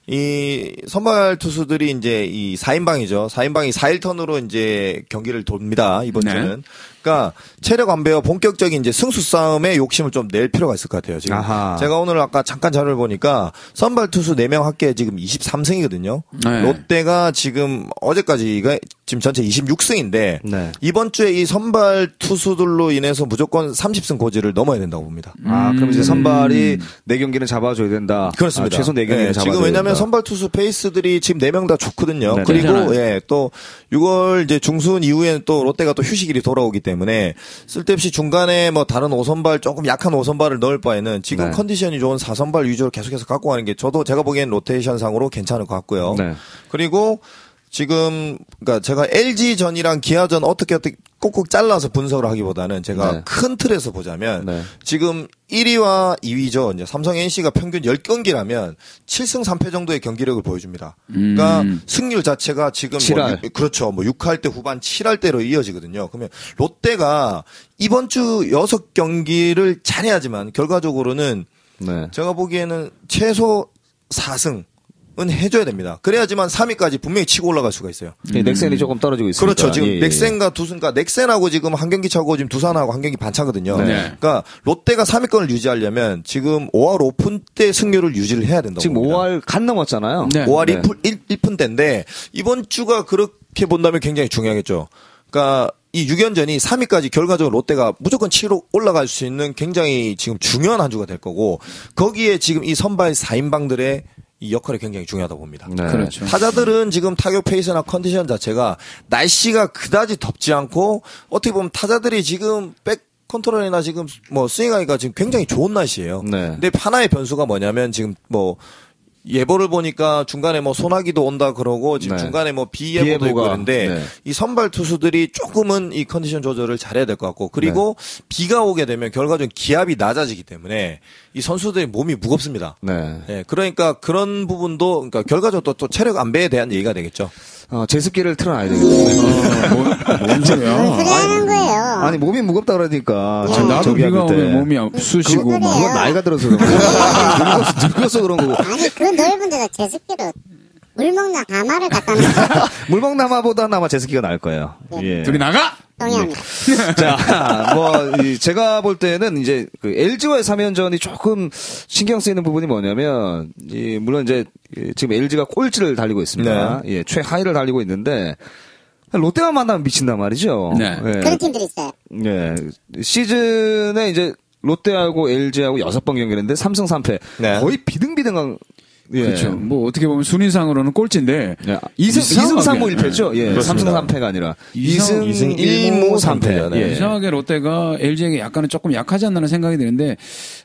이 선발 투수들이 이제 이 4인방이죠. 4인방이 4일 턴으로 이제 경기를 돕니다. 이번 네. 주는. 그러니까 체력 안배와 본격적인 이제 승수 싸움에 욕심을 좀 낼 필요가 있을 것 같아요. 지금 아하. 제가 오늘 아까 잠깐 자료를 보니까 선발 투수 4명 합계 지금 23승이거든요. 네. 롯데가 지금 어제까지가 지금 전체 26승인데 네. 이번 주에 이 선발 투수들로 인해서 무조건 30승 고지를 넘어야 된다고 봅니다. 아, 그럼 이제 선발이 네 경기는 잡아줘야 된다. 음. 아, 그렇습니다. 최소 네 경기는 예, 잡아줘야 지금 왜냐하면 된다. 선발 투수 페이스들이 지금 네 명 다 좋거든요. 네네. 그리고 괜찮아요. 예, 또 6월 이제 중순 이후에는 또 롯데가 또 휴식일이 돌아오기 때문에 쓸데없이 중간에 뭐 다른 오선발 조금 약한 오선발을 넣을 바에는 지금 네. 컨디션이 좋은 4선발 위주로 계속해서 갖고 가는 게 저도 제가 보기엔 로테이션상으로 괜찮을 것 같고요. 네. 그리고 지금 그러니까 제가 LG 전이랑 기아전 어떻게 어떻게 꼭꼭 잘라서 분석을 하기보다는 제가 네. 큰 틀에서 보자면 네. 지금 1위와 2위죠. 이제 삼성 NC가 평균 10경기라면 7승 3패 정도의 경기력을 보여줍니다. 그러니까 승률 자체가 지금 뭐 음. 칠할. 육- 그렇죠. 뭐 6할 때 후반 7할 때로 이어지거든요. 그러면 롯데가 이번 주 6경기를 잘해야지만 결과적으로는 네. 제가 보기에는 최소 4승은 해줘야 됩니다. 그래야지만 3위까지 분명히 치고 올라갈 수가 있어요. 예, 넥센이 조금 떨어지고 있습니다. 음. 그렇죠. 지금 예, 예, 예. 넥센과 두산과 넥센하고 지금 한 경기 차고 지금 두산하고 한 경기 반 차거든요. 네. 그러니까 롯데가 3위권을 유지하려면 지금 5월 오픈 때 승률을 유지를 해야 된다고. 지금 5월 간 넘었잖아요. 네. 5월 네. 1푼, 1, 푼 때인데 이번 주가 그렇게 본다면 굉장히 중요하겠죠. 그러니까 이 6연전이 3위까지 결과적으로 롯데가 무조건 7로 올라갈 수 있는 굉장히 지금 중요한 한 주가 될 거고 거기에 지금 이 선발 4인방들의 이 역할이 굉장히 중요하다고 봅니다. 네. 그렇죠. 타자들은 지금 타격 페이스나 컨디션 자체가 날씨가 그다지 덥지 않고 어떻게 보면 타자들이 지금 백 컨트롤이나 지금 뭐 스윙하기가 지금 굉장히 좋은 날씨예요. 네. 근데 하나의 변수가 뭐냐면 지금 뭐 예보를 보니까 중간에 뭐 소나기도 온다 그러고 지금 네. 중간에 뭐 비 예보도 있고 예보가, 그런데 네. 이 선발 투수들이 조금은 이 컨디션 조절을 잘해야 될 것 같고 그리고 비가 오게 되면 결과적으로 기압이 낮아지기 때문에 이 선수들의 몸이 무겁습니다. 네. 예, 그러니까 그런 부분도 그러니까 결과적으로 또, 또 체력 안배에 대한 얘기가 되겠죠. 어, 제습기를 틀어놔야 되겠네. 뭔 뭔 소리야? 소리 하는 거예요? 아니 몸이 무겁다 그러니까. 아, 나도 저기 비가 하길 때. 오면 몸이 쑤시고 네, 그거- 막 그건 나이가 들어서 그런 거고 늙어서, 늙어서 그런 거고 아니 그 넓은 데다 제습기로 물 먹는 아마를 갖다 놓은 네. 물먹나마보다 나마 제습기가 나을 거예요. 네. 예. 둘이 나가. 동의합니다. 자, 뭐, 이 제가 볼 때는 이제 그 LG와의 3연전이 조금 신경 쓰이는 부분이 뭐냐면, 이 물론 이제 이 지금 LG가 꼴찌를 달리고 있습니다. 네. 예, 최하위를 달리고 있는데, 롯데만 만나면 미친단 말이죠. 네. 그런 팀들이 있어요. 예. 시즌에 이제 롯데하고 LG하고 여섯 번 경기를 했는데 3승 3패. 네. 거의 비등비등한 예. 그렇죠. 뭐 어떻게 보면 순위상으로는 꼴찌인데 예. 2승, 2승 3무 1패죠. 예. 네, 그렇습니다. 3승 3패가 아니라 이승- 2승, 이승 1무 3패. 삼패. 예. 이상하게 롯데가 LG에게 약간은 조금 약하지 않나는 생각이 드는데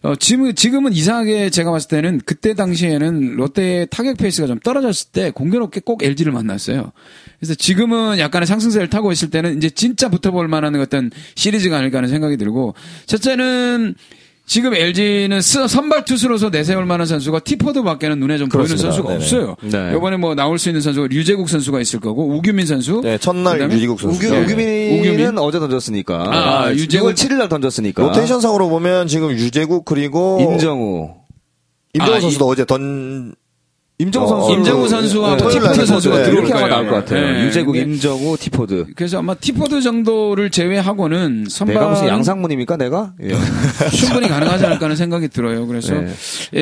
어, 지금 지금은 이상하게 제가 봤을 때는 그때 당시에는 롯데의 타격 페이스가 좀 떨어졌을 때 공교롭게 꼭 LG를 만났어요. 그래서 지금은 약간의 상승세를 타고 있을 때는 이제 진짜 붙어볼 만한 어떤 시리즈가 아닐까 하는 생각이 들고 첫째는 지금 LG는 선발 투수로서 내세울 만한 선수가 티포드 밖에는 눈에 좀 보이는 그렇습니다. 선수가 네네. 없어요. 네. 이번에 뭐 나올 수 있는 선수가 류재국 선수가 있을 거고 우규민 선수, 네, 첫날 그다음에 유지국 선수. 우규, 예. 우규민은 우규민? 어제 던졌으니까. 아, 아, 유재국. 6월 7일 날 던졌으니까. 그러니까 로테이션상으로 보면 지금 유재국 그리고 임정우. 임정우 아, 선수도 어제 던 임정우 어, 선수. 임정우 선수와 또 토요일 날 티포드 선수가 예, 들어올 이렇게 아마 거예요. 나올 것 같아요. 예. 유재국, 근데- 임정우, 티포드. 그래서 아마 티포드 정도를 제외하고는 내가 무슨 선발 양상문입니까, 내가? 예. 충분히 가능하지 않을까 하는 생각이 들어요. 그래서 네.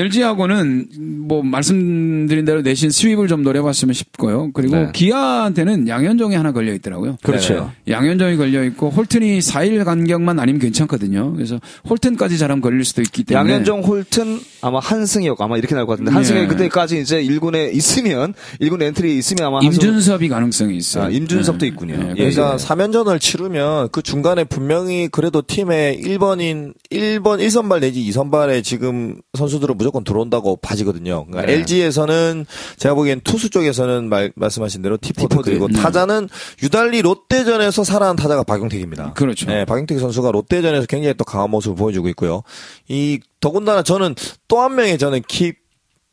LG하고는 뭐 말씀드린 대로 내신 스윕을 좀 노려봤으면 싶고요. 그리고 네. 기아한테는 양현종이 하나 걸려 있더라고요. 네. 그렇죠. 양현종이 걸려 있고 홀튼이 4일 간격만 아니면 괜찮거든요. 그래서 홀튼까지 잘하면 걸릴 수도 있기 때문에 양현종 홀튼 아마 한승혁 아마 이렇게 나올 것 같은데 예. 한승혁 그때까지 이제 1군에 있으면 1군 엔트리 있으면 아마 한승- 임준섭이 가능성이 있어요. 아, 임준섭도 있군요. 네. 예. 그러니까 3연전을 치르면 그 중간에 분명히 그래도 팀의 1번인 1번 1선발 내지 2선발에 지금 선수들은 무조건 들어온다고 봐지거든요. 그러니까 네. LG에서는 제가 보기엔 투수 쪽에서는 말, 말씀하신 대로 티포드, 티포드. 음. 그리고 타자는 유달리 롯데전에서 살아난 타자가 박용택입니다. 그렇죠. 네, 박용택 선수가 롯데전에서 굉장히 또 강한 모습을 보여주고 있고요. 이 더군다나 저는 또 한 명의 저는 킵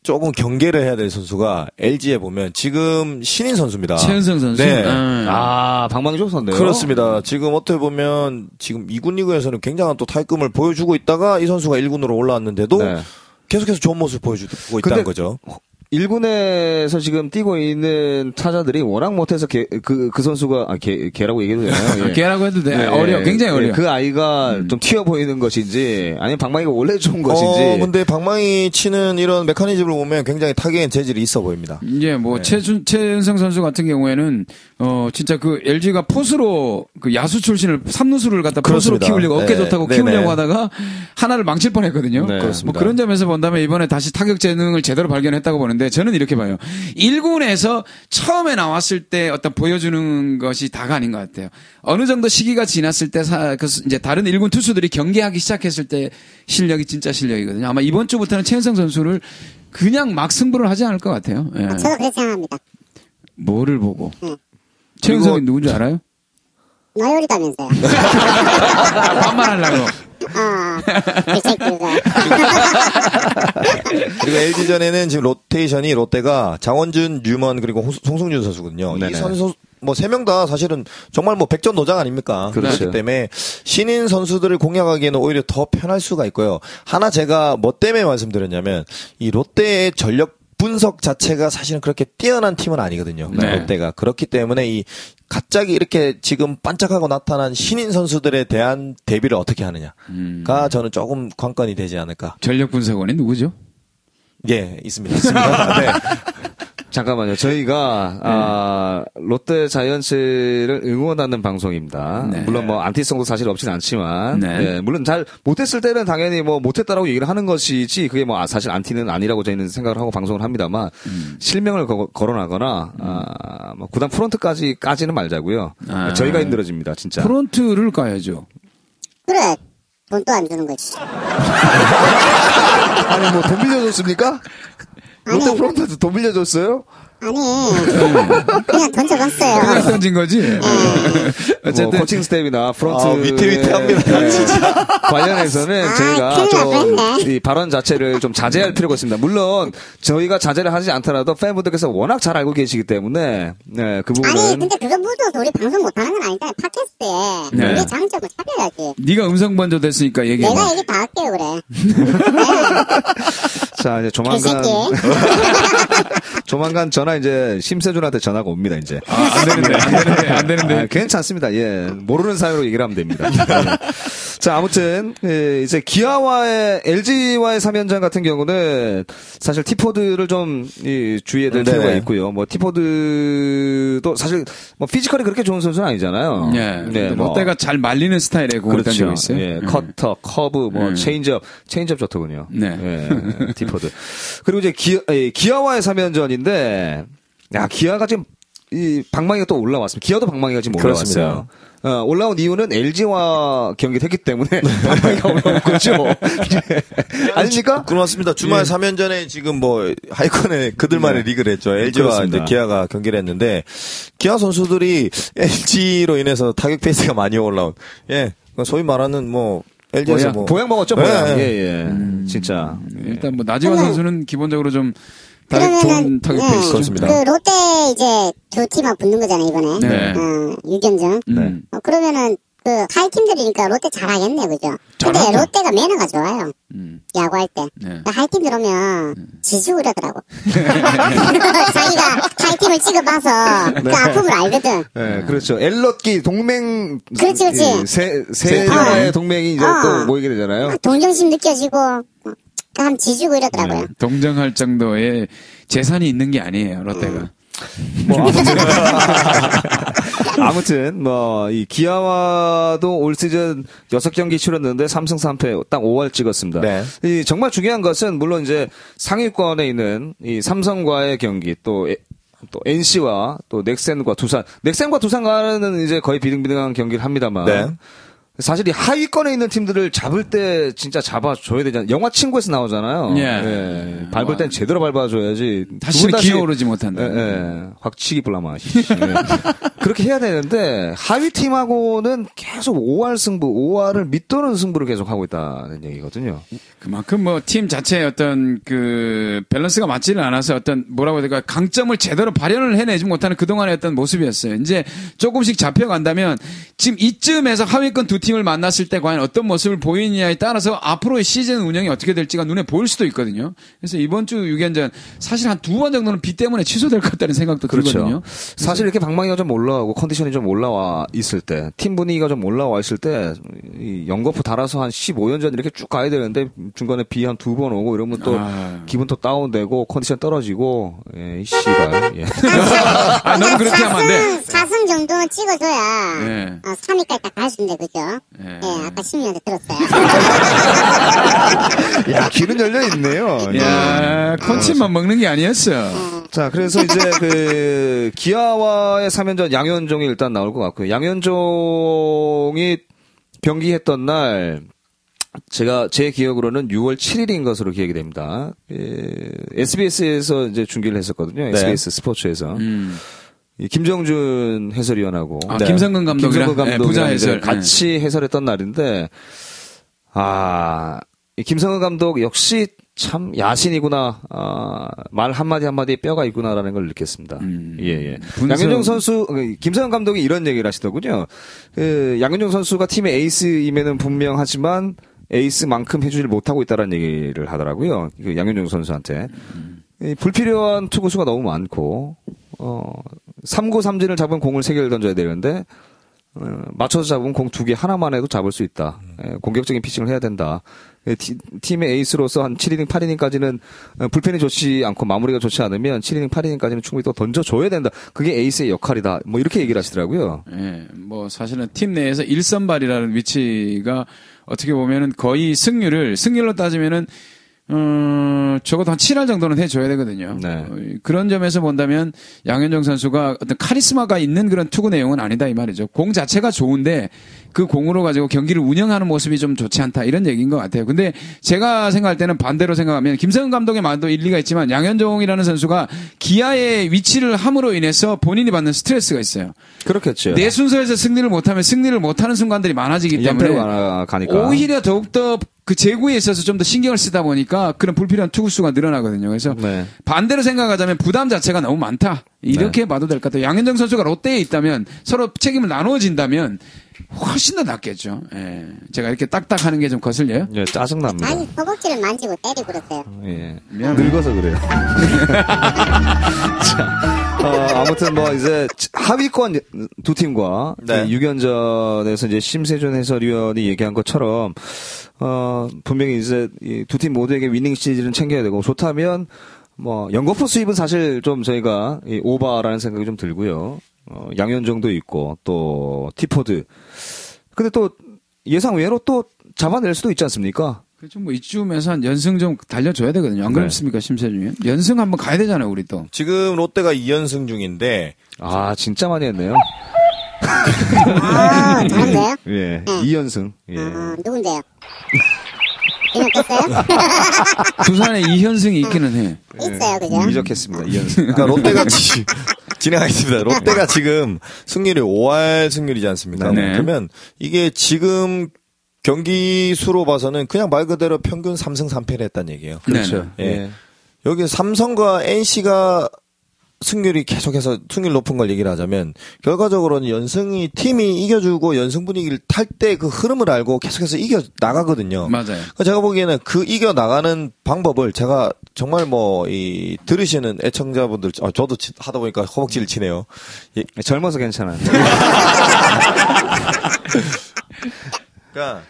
조금 경계를 해야 될 선수가 LG에 보면 지금 신인 선수입니다. 최은성 선수. 네. 음. 아, 방망이조 선데요. 그렇습니다. 지금 어떻게 보면 지금 2군 리그에서는 굉장한 또 타격금을 보여주고 있다가 이 선수가 1군으로 올라왔는데도 네. 계속해서 좋은 모습 보여주고 근데 있다는 거죠. 1군에서 지금 뛰고 있는 타자들이 워낙 못해서 개- 그, 그 선수가, 아, 개, 개라고 얘기해도 되나요? 예. 아, 개라고 해도 돼. 예, 어려. 예. 굉장히 음. 어려. 예, 그 아이가 좀 튀어 보이는 것인지, 아니면 방망이가 원래 좋은 것인지. 어, 근데 방망이 치는 이런 메커니즘을 보면 굉장히 타격의 재질이 있어 보입니다. 네. 예, 뭐 최준 최은성 선수 같은 경우에는 어 진짜 그 LG가 포수로 그 야수 출신을 삼루수를 갖다 그렇습니다. 포수로 키우려고 어깨 네. 좋다고 네네. 키우려고 하다가 하나를 망칠 뻔했거든요. 네. 뭐 그렇습니다. 그런 점에서 본다면 이번에 다시 타격 재능을 제대로 발견했다고 보는데 저는 이렇게 봐요. 1군에서 처음에 나왔을 때 어떤 보여주는 것이 다가 아닌 것 같아요. 어느 정도 시기가 지났을 때 사, 그 수- 이제 다른 1군 투수들이 경계하기 시작했을 때 실력이 진짜 실력이거든요. 아마 이번 주부터는 최은성 선수를 그냥 막 승부를 하지 않을 것 같아요. 예. 네. 아, 저도 그렇게 생각합니다. 뭐를 보고? 음. 최은성이 그리고- 누군지 알아요? 너요리다면서요. 네. 아, 반말하려고. 아, 그 새끼가. 그리고 LG 전에는 지금 로테이션이 롯데가 장원준, 류먼 그리고 홍- 송승준 선수거든요. 네네. 이 선수 뭐 세 명 다 사실은 정말 뭐 백전 노장 아닙니까? 그렇죠. 그렇기 때문에 신인 선수들을 공략하기에는 오히려 더 편할 수가 있고요. 하나 제가 뭐 때문에 말씀드렸냐면 이 롯데의 전력 분석 자체가 사실은 그렇게 뛰어난 팀은 아니거든요. 네. 롯데가 그렇기 때문에 이 갑자기 이렇게 지금 반짝하고 나타난 신인 선수들에 대한 대비를 어떻게 하느냐가 음. 저는 조금 관건이 되지 않을까 전력 분석원이 누구죠? 예, 있습니다. 있습니다. 네. 잠깐만요. 저희가 아, 롯데 자이언츠를 응원하는 방송입니다. 네. 물론 뭐 안티성도 사실 없진 않지만, 네. 예, 물론 잘 못했을 때는 당연히 뭐 못했다라고 얘기를 하는 것이지 그게 뭐 아, 사실 안티는 아니라고 저희는 생각을 하고 방송을 합니다만 실명을 거- 거론하거나 아, 뭐 구단 프론트까지 까지는 말자고요. 아. 저희가 힘들어집니다, 진짜. 프론트를 까야죠. 그래. 돈 또 안 주는 거지. 아니 뭐 돈 빌려줬습니까? 롯데 프론트한테 돈 빌려줬어요? 아니, 음. 그냥 던져봤어요. 그냥 던진 거지. 어쨌든 어쨌든 뭐 코칭 스텝이나 프론트 아, 위태위태합니다, 진짜. 관련해서는 아, 저희가 큰일 좀 날 뻔했네. 이 발언 자체를 좀 자제할 필요가 있습니다. 물론 저희가 자제를 하지 않더라도 팬분들께서 워낙 잘 알고 계시기 때문에 네, 그 아니, 부분은 근데 그거 묻어서 우리 방송 못하는 건 아니다. 팟캐스트에 네. 우리 장점을 살려야지. 네가 음성 번조 됐으니까 얘기해. 내가 뭐. 얘기 다 할게요, 그래. 자 이제 조만간 그 개새끼. 조만간 전화 이제 심세준한테 전화가 옵니다 이제. 네. 아, 안 되는데, 안 되는데, 안 되는데. 아, 괜찮습니다. 예. 모르는 사유로 얘기를 하면 됩니다. 예. 자, 아무튼, 예, 이제 기아와의, LG와의 3연전 같은 경우는 사실 티포드를 좀 이, 주의해야 될 네. 필요가 있고요. 뭐, 티포드도 사실 뭐, 피지컬이 그렇게 좋은 선수는 아니잖아요. 예. 네, 뭐. 롯데가 잘 말리는 스타일의 공을 그렇죠. 던지고 있어요. 예, 음. 커터, 커브, 뭐 음. 체인지업, 체인지업 좋더군요. 네. 예, 디포드. 그리고 이제 기, 예, 기아와의 3연전인데, 야 기아가 지금 이 방망이가 또 올라왔습니다. 기아도 방망이가 지금 올라왔어요. 그렇습니다. 어, 올라온 이유는 LG와 경기를 했기 때문에 방망이가 올라온 거죠. 예. 아닙니까? 그렇습니다. 주말 예. 3년 전에 지금 뭐 하이컨에 그들만의 리그를 했죠. LG와 그렇습니다. 이제 기아가 경기를 했는데 기아 선수들이 LG로 인해서 타격 페이스가 많이 올라온. 예. 소위 말하는 뭐 LG에서 보양, 뭐 보양 먹었죠, 보양. 예, 예, 예. 예. 진짜. 일단 뭐 나지와 그러면- 선수는 기본적으로 좀 타격 좋은 그러면은, 타격 예, 페이스죠. 그렇습니다. 그 롯데 이제 두 팀하고 붙는 거잖아, 이번에. 네. 어, 6연전. 네. 어, 그러면은, 그, 하이 팀들이니까 롯데 잘하겠네, 그죠? 근데 잘하죠. 롯데가 매너가 좋아요. 음. 야구할 때. 네. 음. 하이팀 들어오면 지지고 이러더라고. 자기가 하이팀을 찍어봐서 네. 그 아픔을 알거든. 예, 그렇죠. 엘럿기 동맹. 그렇지, 그렇지. 이 세, 세 세 나라의 동맹이 이제 어. 또 모이게 되잖아요. 동정심 느껴지고 어, 참 지지고 이러더라고요. 네. 동정할 정도의 재산이 있는 게 아니에요, 어, 롯데가. 뭐 아무튼 아무튼 뭐 이 기아와도 올 시즌 6경기 치렀는데 3승 3패 딱 5월 찍었습니다. 네. 이 정말 중요한 것은 물론 이제 상위권에 있는 이 삼성과의 경기 또 에- 또 NC와 또 넥센과 두산, 넥센과 두산과는 이제 거의 비등비등한 경기를 합니다만 네. 사실 이 하위권에 있는 팀들을 잡을 때 진짜 잡아줘야 되잖아요. 영화 친구에서 나오잖아요. 예. 예. 밟을 땐 제대로 밟아줘야지. 다시는 두분 기어오르지 못한다. 예, 예. 확치기 불라마. 씨. 예. 그렇게 해야 되는데 하위 팀하고는 계속 5할 승부, 5할을 밑도는 승부를 계속 하고 있다는 얘기거든요. 그만큼 뭐 팀 자체의 어떤 그 밸런스가 맞지는 않아서 어떤 뭐라고 해야 될까 강점을 제대로 발현을 해내지 못하는 그동안의 어떤 모습이었어요. 이제 조금씩 잡혀간다면 지금 이쯤에서 하위권 두 팀을 만났을 때 과연 어떤 모습을 보이느냐에 따라서 앞으로의 시즌 운영이 어떻게 될지가 눈에 보일 수도 있거든요. 그래서 이번 주 6연전 사실 한 두 번 정도는 비 때문에 취소될 것 같다는 생각도 들거든요. 사실 이렇게 방망이가 좀 올라오고 컨디션이 좀 올라와 있을 때, 팀 분위기가 좀 올라와 있을 때, 이 연거푸 달아서 한 15연전 이렇게 쭉 가야 되는데 중간에 비 한 두 번 오고 이러면 또 아. 기분 또 다운되고 컨디션 떨어지고, 예, 이 씨발. 예. 아, 너무 그렇게 하면 안 돼. 4승 정도는 찍어줘야 예. 어, 3위까지 딱 갈 수 있는데, 그죠? 예. 예, 아까 신민한테 들었어요. 야, 귀는 열려 있네요. 예. 야, 콘칩만 먹는 게 아니었어. 자, 그래서 이제 그 기아와의 3연전 양현종이 일단 나올 것 같고요. 양현종이 경기했던 날 제가 제 기억으로는 6월 7일인 것으로 기억이 됩니다. 예, SBS에서 이제 중계를 했었거든요. SBS 스포츠에서 네. 음. 이 김정준 해설위원하고 네. 아, 김성근 감독이랑 김성근 예, 감독이랑 부자 이제 해설. 네. 같이 해설했던 날인데 아, 이 김성근 감독 역시 참 야신이구나. 아, 말 한마디 한마디에 뼈가 있구나라는 걸 느꼈습니다. 음. 예, 예. 분석. 양현종 선수, 어, 김성근 감독이 이런 얘기를 하시더군요. 그, 양현종 선수가 팀의 에이스임에는 분명하지만 에이스만큼 해주질 못하고 있다는 얘기를 하더라고요. 그 양현종 선수한테. 이 불필요한 투구수가 너무 많고, 어, 3구 3진을 잡은 공을 3개를 던져야 되는데, 어, 맞춰서 잡으면 공 두 개 하나만 해도 잡을 수 있다. 예, 공격적인 피칭을 해야 된다. 예, 티- 팀의 에이스로서 한 7이닝, 8이닝까지는 어, 불펜이 좋지 않고 마무리가 좋지 않으면 7이닝, 8이닝까지는 충분히 또 던져줘야 된다. 그게 에이스의 역할이다. 뭐 이렇게 얘기를 하시더라고요. 예, 뭐 사실은 팀 내에서 일선발이라는 위치가 어떻게 보면은 거의 승률을 승률로 따지면은 음, 적어도 한 7할 정도는 해줘야 되거든요. 네. 어, 그런 점에서 본다면 양현종 선수가 어떤 카리스마가 있는 그런 투구 내용은 아니다 이 말이죠. 공 자체가 좋은데 그 공으로 가지고 경기를 운영하는 모습이 좀 좋지 않다 이런 얘기인 것 같아요. 근데 제가 생각할 때는 반대로 생각하면 김성현 감독의 말도 일리가 있지만 양현종이라는 선수가 기아의 위치를 함으로 인해서 본인이 받는 스트레스가 있어요. 그렇겠죠. 예. 내 순서에서 승리를 못하면 승리를 못하는 순간들이 많아지기 연패로 때문에 가- 가니까. 네. 오히려 더욱더 그 제구에 있어서 좀 더 신경을 쓰다 보니까 그런 불필요한 투구수가 늘어나거든요. 그래서 네. 반대로 생각하자면 부담 자체가 너무 많다. 이렇게 봐도 될 것 같아요. 양현정 선수가 롯데에 있다면 서로 책임을 나누어진다면 훨씬 더 낫겠죠. 예. 제가 이렇게 딱딱하는 게 좀 거슬려요. 예, 짜증납니다. 아니 허벅지를 만지고 때리고 그러세요. 예. 미안해요. 늙어서 그래요. 자, 어, 아무튼 뭐 이제 하위권 두 팀과 네. 이 6연전에서 이제 심세준 해설위원이 얘기한 것처럼 어, 분명히 이제 두 팀 모두에게 위닝 시즌은 챙겨야 되고 좋다면 뭐 연거푸 수입은 사실 좀 저희가 이 오바라는 생각이 좀 들고요. 어, 양현종도 있고 또 티포드. 근데 또 예상 외로 또 잡아낼 수도 있지 않습니까? 그래서 뭐 이쯤에서 한 연승 좀 달려줘야 되거든요. 안 네. 그렇습니까, 심세준이? 연승 한번 가야 되잖아요, 우리 또. 지금 롯데가 2연승 중인데 아 진짜 많이 했네요. 아 잘한데요? 예, 음. 2연승. 예. 아 누군데요? 그냥 뺐어요? 부산에 이현승이 있기는 해. 예. 있어요 그죠? 이적했습니다. 2연승. 그러니까 롯데가 지, 진행하겠습니다. 롯데가 지금 승률이 5할 승률이지 않습니까? 네. 그러면 이게 지금 경기 수로 봐서는 그냥 말 그대로 평균 3승 3패를 했다는 얘기예요. 그렇죠. 예. 예. 여기 삼성과 NC가 승률이 계속해서 승률 높은 걸 얘기를 하자면 결과적으로는 연승이 팀이 이겨주고 연승 분위기를 탈 때 그 흐름을 알고 계속해서 이겨 나가거든요. 네. 음. 맞아요. 그러니까 제가 보기에는 그 이겨 나가는 방법을 제가 정말 뭐 이 들으시는 애청자분들 아, 저도 치- 하다 보니까 허벅지를 치네요. 예, 젊어서 괜찮아요. 그러니까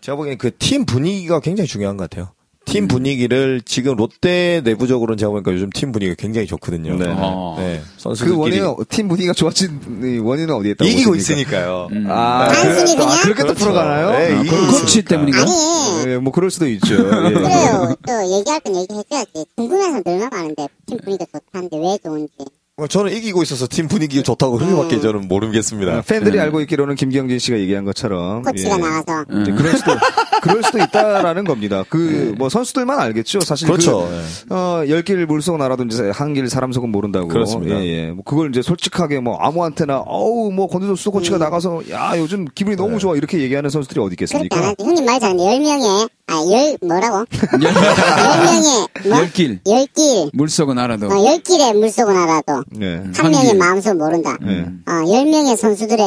제가 보기에는 그 팀 분위기가 굉장히 중요한 것 같아요. 음. 팀 분위기를 지금 롯데 내부적으로는 제가 보니까 요즘 팀 분위기가 굉장히 좋거든요. 네. 어. 네. 선수들끼리 그 원인은, 팀 분위기가 좋아진 이 원인은 어디에 있다고? 이기고 보십니까? 있으니까요. 음. 아, 단순히 그렇게 또- 그냥? 아, 그렇게 또 그렇죠. 풀어가나요? 네, 아, 이기고 그럴 수- 코치 때문인가? 아니 예, 뭐 그럴 수도 있죠. 예. 그래요. 또 얘기할 건 얘기해줘야지. 궁금해서 늘만 많은데 팀 분위기가 좋다는데 왜 좋은지. 뭐 저는 이기고 있어서 팀 분위기가 좋다고 음. 흘리밖에 저는 모르겠습니다. 예. 팬들이 알고 있기로는 김경진 씨가 얘기한 것처럼 코치가 예. 나가서. 이제 그럴 수도 그럴 수도 있다라는 겁니다. 그 뭐 선수들만 알겠죠. 사실 네. 그렇죠. 그, 어, 열길 물속 나라도 이제 한길 사람 속은 모른다고. 그렇습니다. 예, 예. 뭐 그걸 이제 솔직하게 뭐 아무한테나 어우 뭐 권대수 코치가 음. 나가서 야 요즘 기분이 네. 너무 좋아 이렇게 얘기하는 선수들이 어디 그렇게 안 있겠습니까? 하지. 형님 말 잘하는데, 열명에 아, 열, 뭐라고? 열명에 뭐? 열길. 열길. 물속은 알아도. 어, 열길에 물속은 알아도. 예. 한 명의 한길. 마음속 모른다. 예. 어, 열 명의 선수들의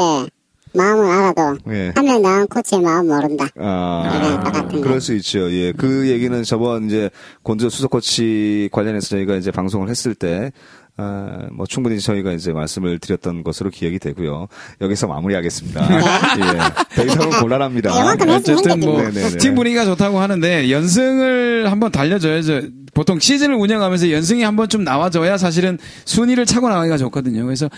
마음은 알아도. 예. 한 명 나은 코치의 마음 모른다. 아, 그럴 수 있죠. 예. 그 얘기는 저번 이제 권조 수석 코치 관련해서 저희가 이제 방송을 했을 때, 아, 뭐 충분히 저희가 이제 말씀을 드렸던 것으로 기억이 되고요. 여기서 마무리하겠습니다. 예. 더 이상은 곤란합니다. 아, 요만큼 했으면 어쨌든 네. 뭐 네네네. 팀 분위기가 좋다고 하는데 연승을 한번 달려줘야죠. 보통 시즌을 운영하면서 연승이 한번 좀 나와줘야 사실은 순위를 차고 나가기가 좋거든요. 그래서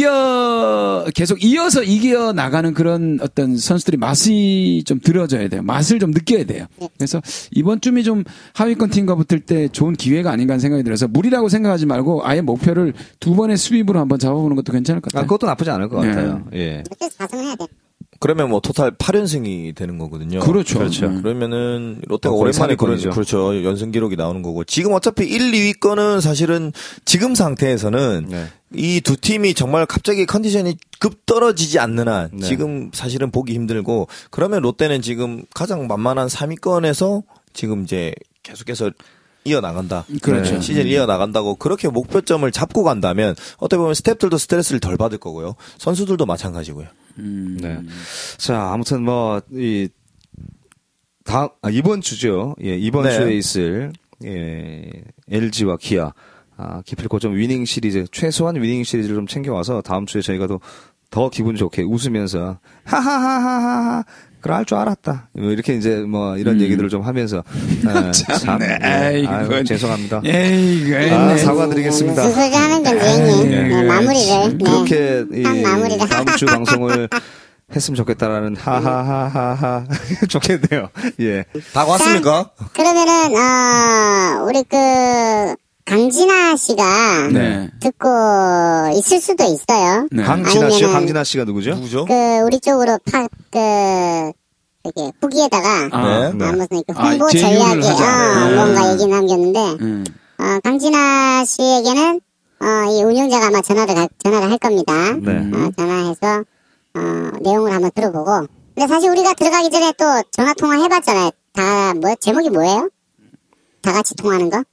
이겨 계속 이어서 이겨 나가는 그런 어떤 선수들이 맛이 좀 들어줘야 돼요. 맛을 좀 느껴야 돼요. 그래서 이번 쯤이 좀 하위권 팀과 붙을 때 좋은 기회가 아닌가 하는 생각이 들어서 무리라고 생각하지 말고 아예 목표를 두 번의 수입으로 한번 잡아보는 것도 괜찮을 것 아, 같아요. 그것도 나쁘지 않을 것 네. 같아요. 예. 이렇게 자성해야 돼. 그러면 뭐 토탈 8연승이 되는 거거든요. 그렇죠. 그렇죠. 러면은 롯데가 음. 거의 오랜만에 그런 상위권이죠. 그렇죠. 연승 기록이 나오는 거고 지금 어차피 1, 2위권은 사실은 지금 상태에서는 네. 이 두 팀이 정말 갑자기 컨디션이 급 떨어지지 않는 한 네. 지금 사실은 보기 힘들고 그러면 롯데는 지금 가장 만만한 3위권에서 지금 이제 계속해서 이어나간다. 그렇죠. 네, 시즌을 이어나간다고 그렇게 목표점을 잡고 간다면 어떻게 보면 스태프들도 스트레스를 덜 받을 거고요. 선수들도 마찬가지고요. 음. 네. 자, 아무튼 뭐, 이, 다음, 아, 이번 주죠. 예, 이번 네. 주에 있을, 예, LG와 기아. 아, 기필코 좀 위닝 시리즈, 최소한 위닝 시리즈를 좀 챙겨와서 다음 주에 저희가 또 더 기분 좋게 웃으면서 하하하하하 그럴 줄 알았다. 뭐 이렇게 이제 뭐 이런 얘기들을 좀 하면서 아, 참, 참네. 예. 아유, 이건. 죄송합니다. 에이, 이거 아, 했네. 사과- 사과드리겠습니다. 무슨 그 소리 하는 건지 형님. 예, 네, 예. 마무리를. 네. 그렇게 이 한 마무리를. 다음 주 방송을 했으면 좋겠다라는 하하하하하 좋겠네요. 예. 다 왔습니까? 그러면은 어, 우리 그 강진아 씨가 네. 듣고 있을 수도 있어요. 네. 강진아 씨요? 아니면은- 강진아 씨가 누구죠? 누구죠? 그 우리 쪽으로 파그 이렇게 후기에다가 아, 아, 네. 무슨 이렇게 아, 홍보 제휴를 전략에 하자. 어, 네. 뭔가 얘기 남겼는데 음. 어, 강진아 씨에게는 어, 이 운영자가 아마 전화를 가- 전화를 할 겁니다. 네. 어, 전화해서 어, 내용을 한번 들어보고. 근데 사실 우리가 들어가기 전에 또 전화 통화 해봤잖아요. 다 뭐 제목이 뭐예요? 다 같이 통하는 거?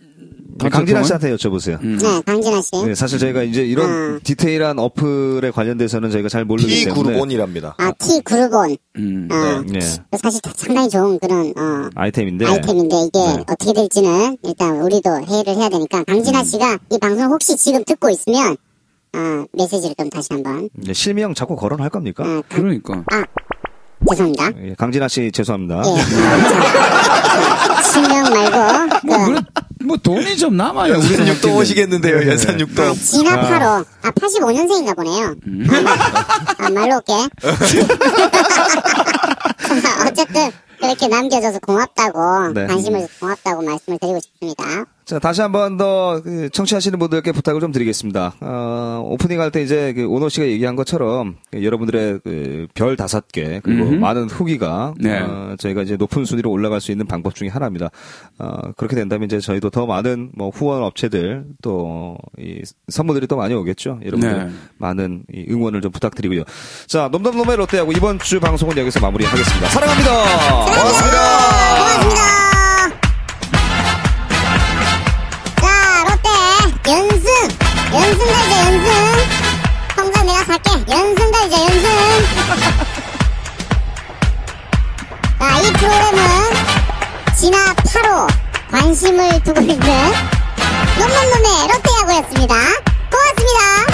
음. 네. 강진아 씨한테 여쭤보세요. 음. 네, 강진아 씨. 네, 사실 저희가 이제 이런 음. 디테일한 어플에 관련돼서는 저희가 잘 모르기 P 때문에 그룹온이랍니다. 아, T 그룹온. 음. 어, 네. 사실 다 상당히 좋은 그런 어, 아이템인데 아이템인데 이게 네. 어떻게 될지는 일단 우리도 회의를 해야 되니까 음. 강진아 씨가 이 방송 혹시 지금 듣고 있으면 어, 메시지를 좀 다시 한번. 이제 네, 실명 자꾸 거론할 겁니까? 어, 강- 그러니까. 아, 죄송합니다. 예, 강진아 씨 죄송합니다. 예. 자, 실명 말고 그 뭐, 그래, 뭐 돈이 좀 남아요. 우리 연산육도 네. 네. 오시겠는데요, 연산육도. 아, 음. 진화파로. 아, 85년생인가 보네요. 아, 아, 말로 올게. 어쨌든, 그렇게 남겨줘서 고맙다고, 네. 관심을 줘서 고맙다고 말씀을 드리고 싶습니다. 자, 다시 한번 더그 청취하시는 분들께 부탁을 좀 드리겠습니다. 어, 오프닝 할 때 이제 그 오노 씨가 얘기한 것처럼 그 여러분들의 그별 다섯 개 그리고 음흠. 많은 후기가 네. 어, 저희가 이제 높은 순위로 올라갈 수 있는 방법 중에 하나입니다. 어, 그렇게 된다면 이제 저희도 더 많은 뭐 후원 업체들 또 이 선물들이 더 많이 오겠죠. 여러분들 네. 많은 이 응원을 좀 부탁드리고요. 자, 놈놈놈의 롯데하고 이번 주 방송은 여기서 마무리하겠습니다. 사랑합니다. 그러니까. 고맙습니다. 자, 롯데, 연승! 연승 달자, 연승! 성자 내가 살게. 연승 달자, 연승! 자, 이 프로그램은 진화 8호 관심을 두고 있는 놈놈놈의 롯데야구였습니다. 고맙습니다.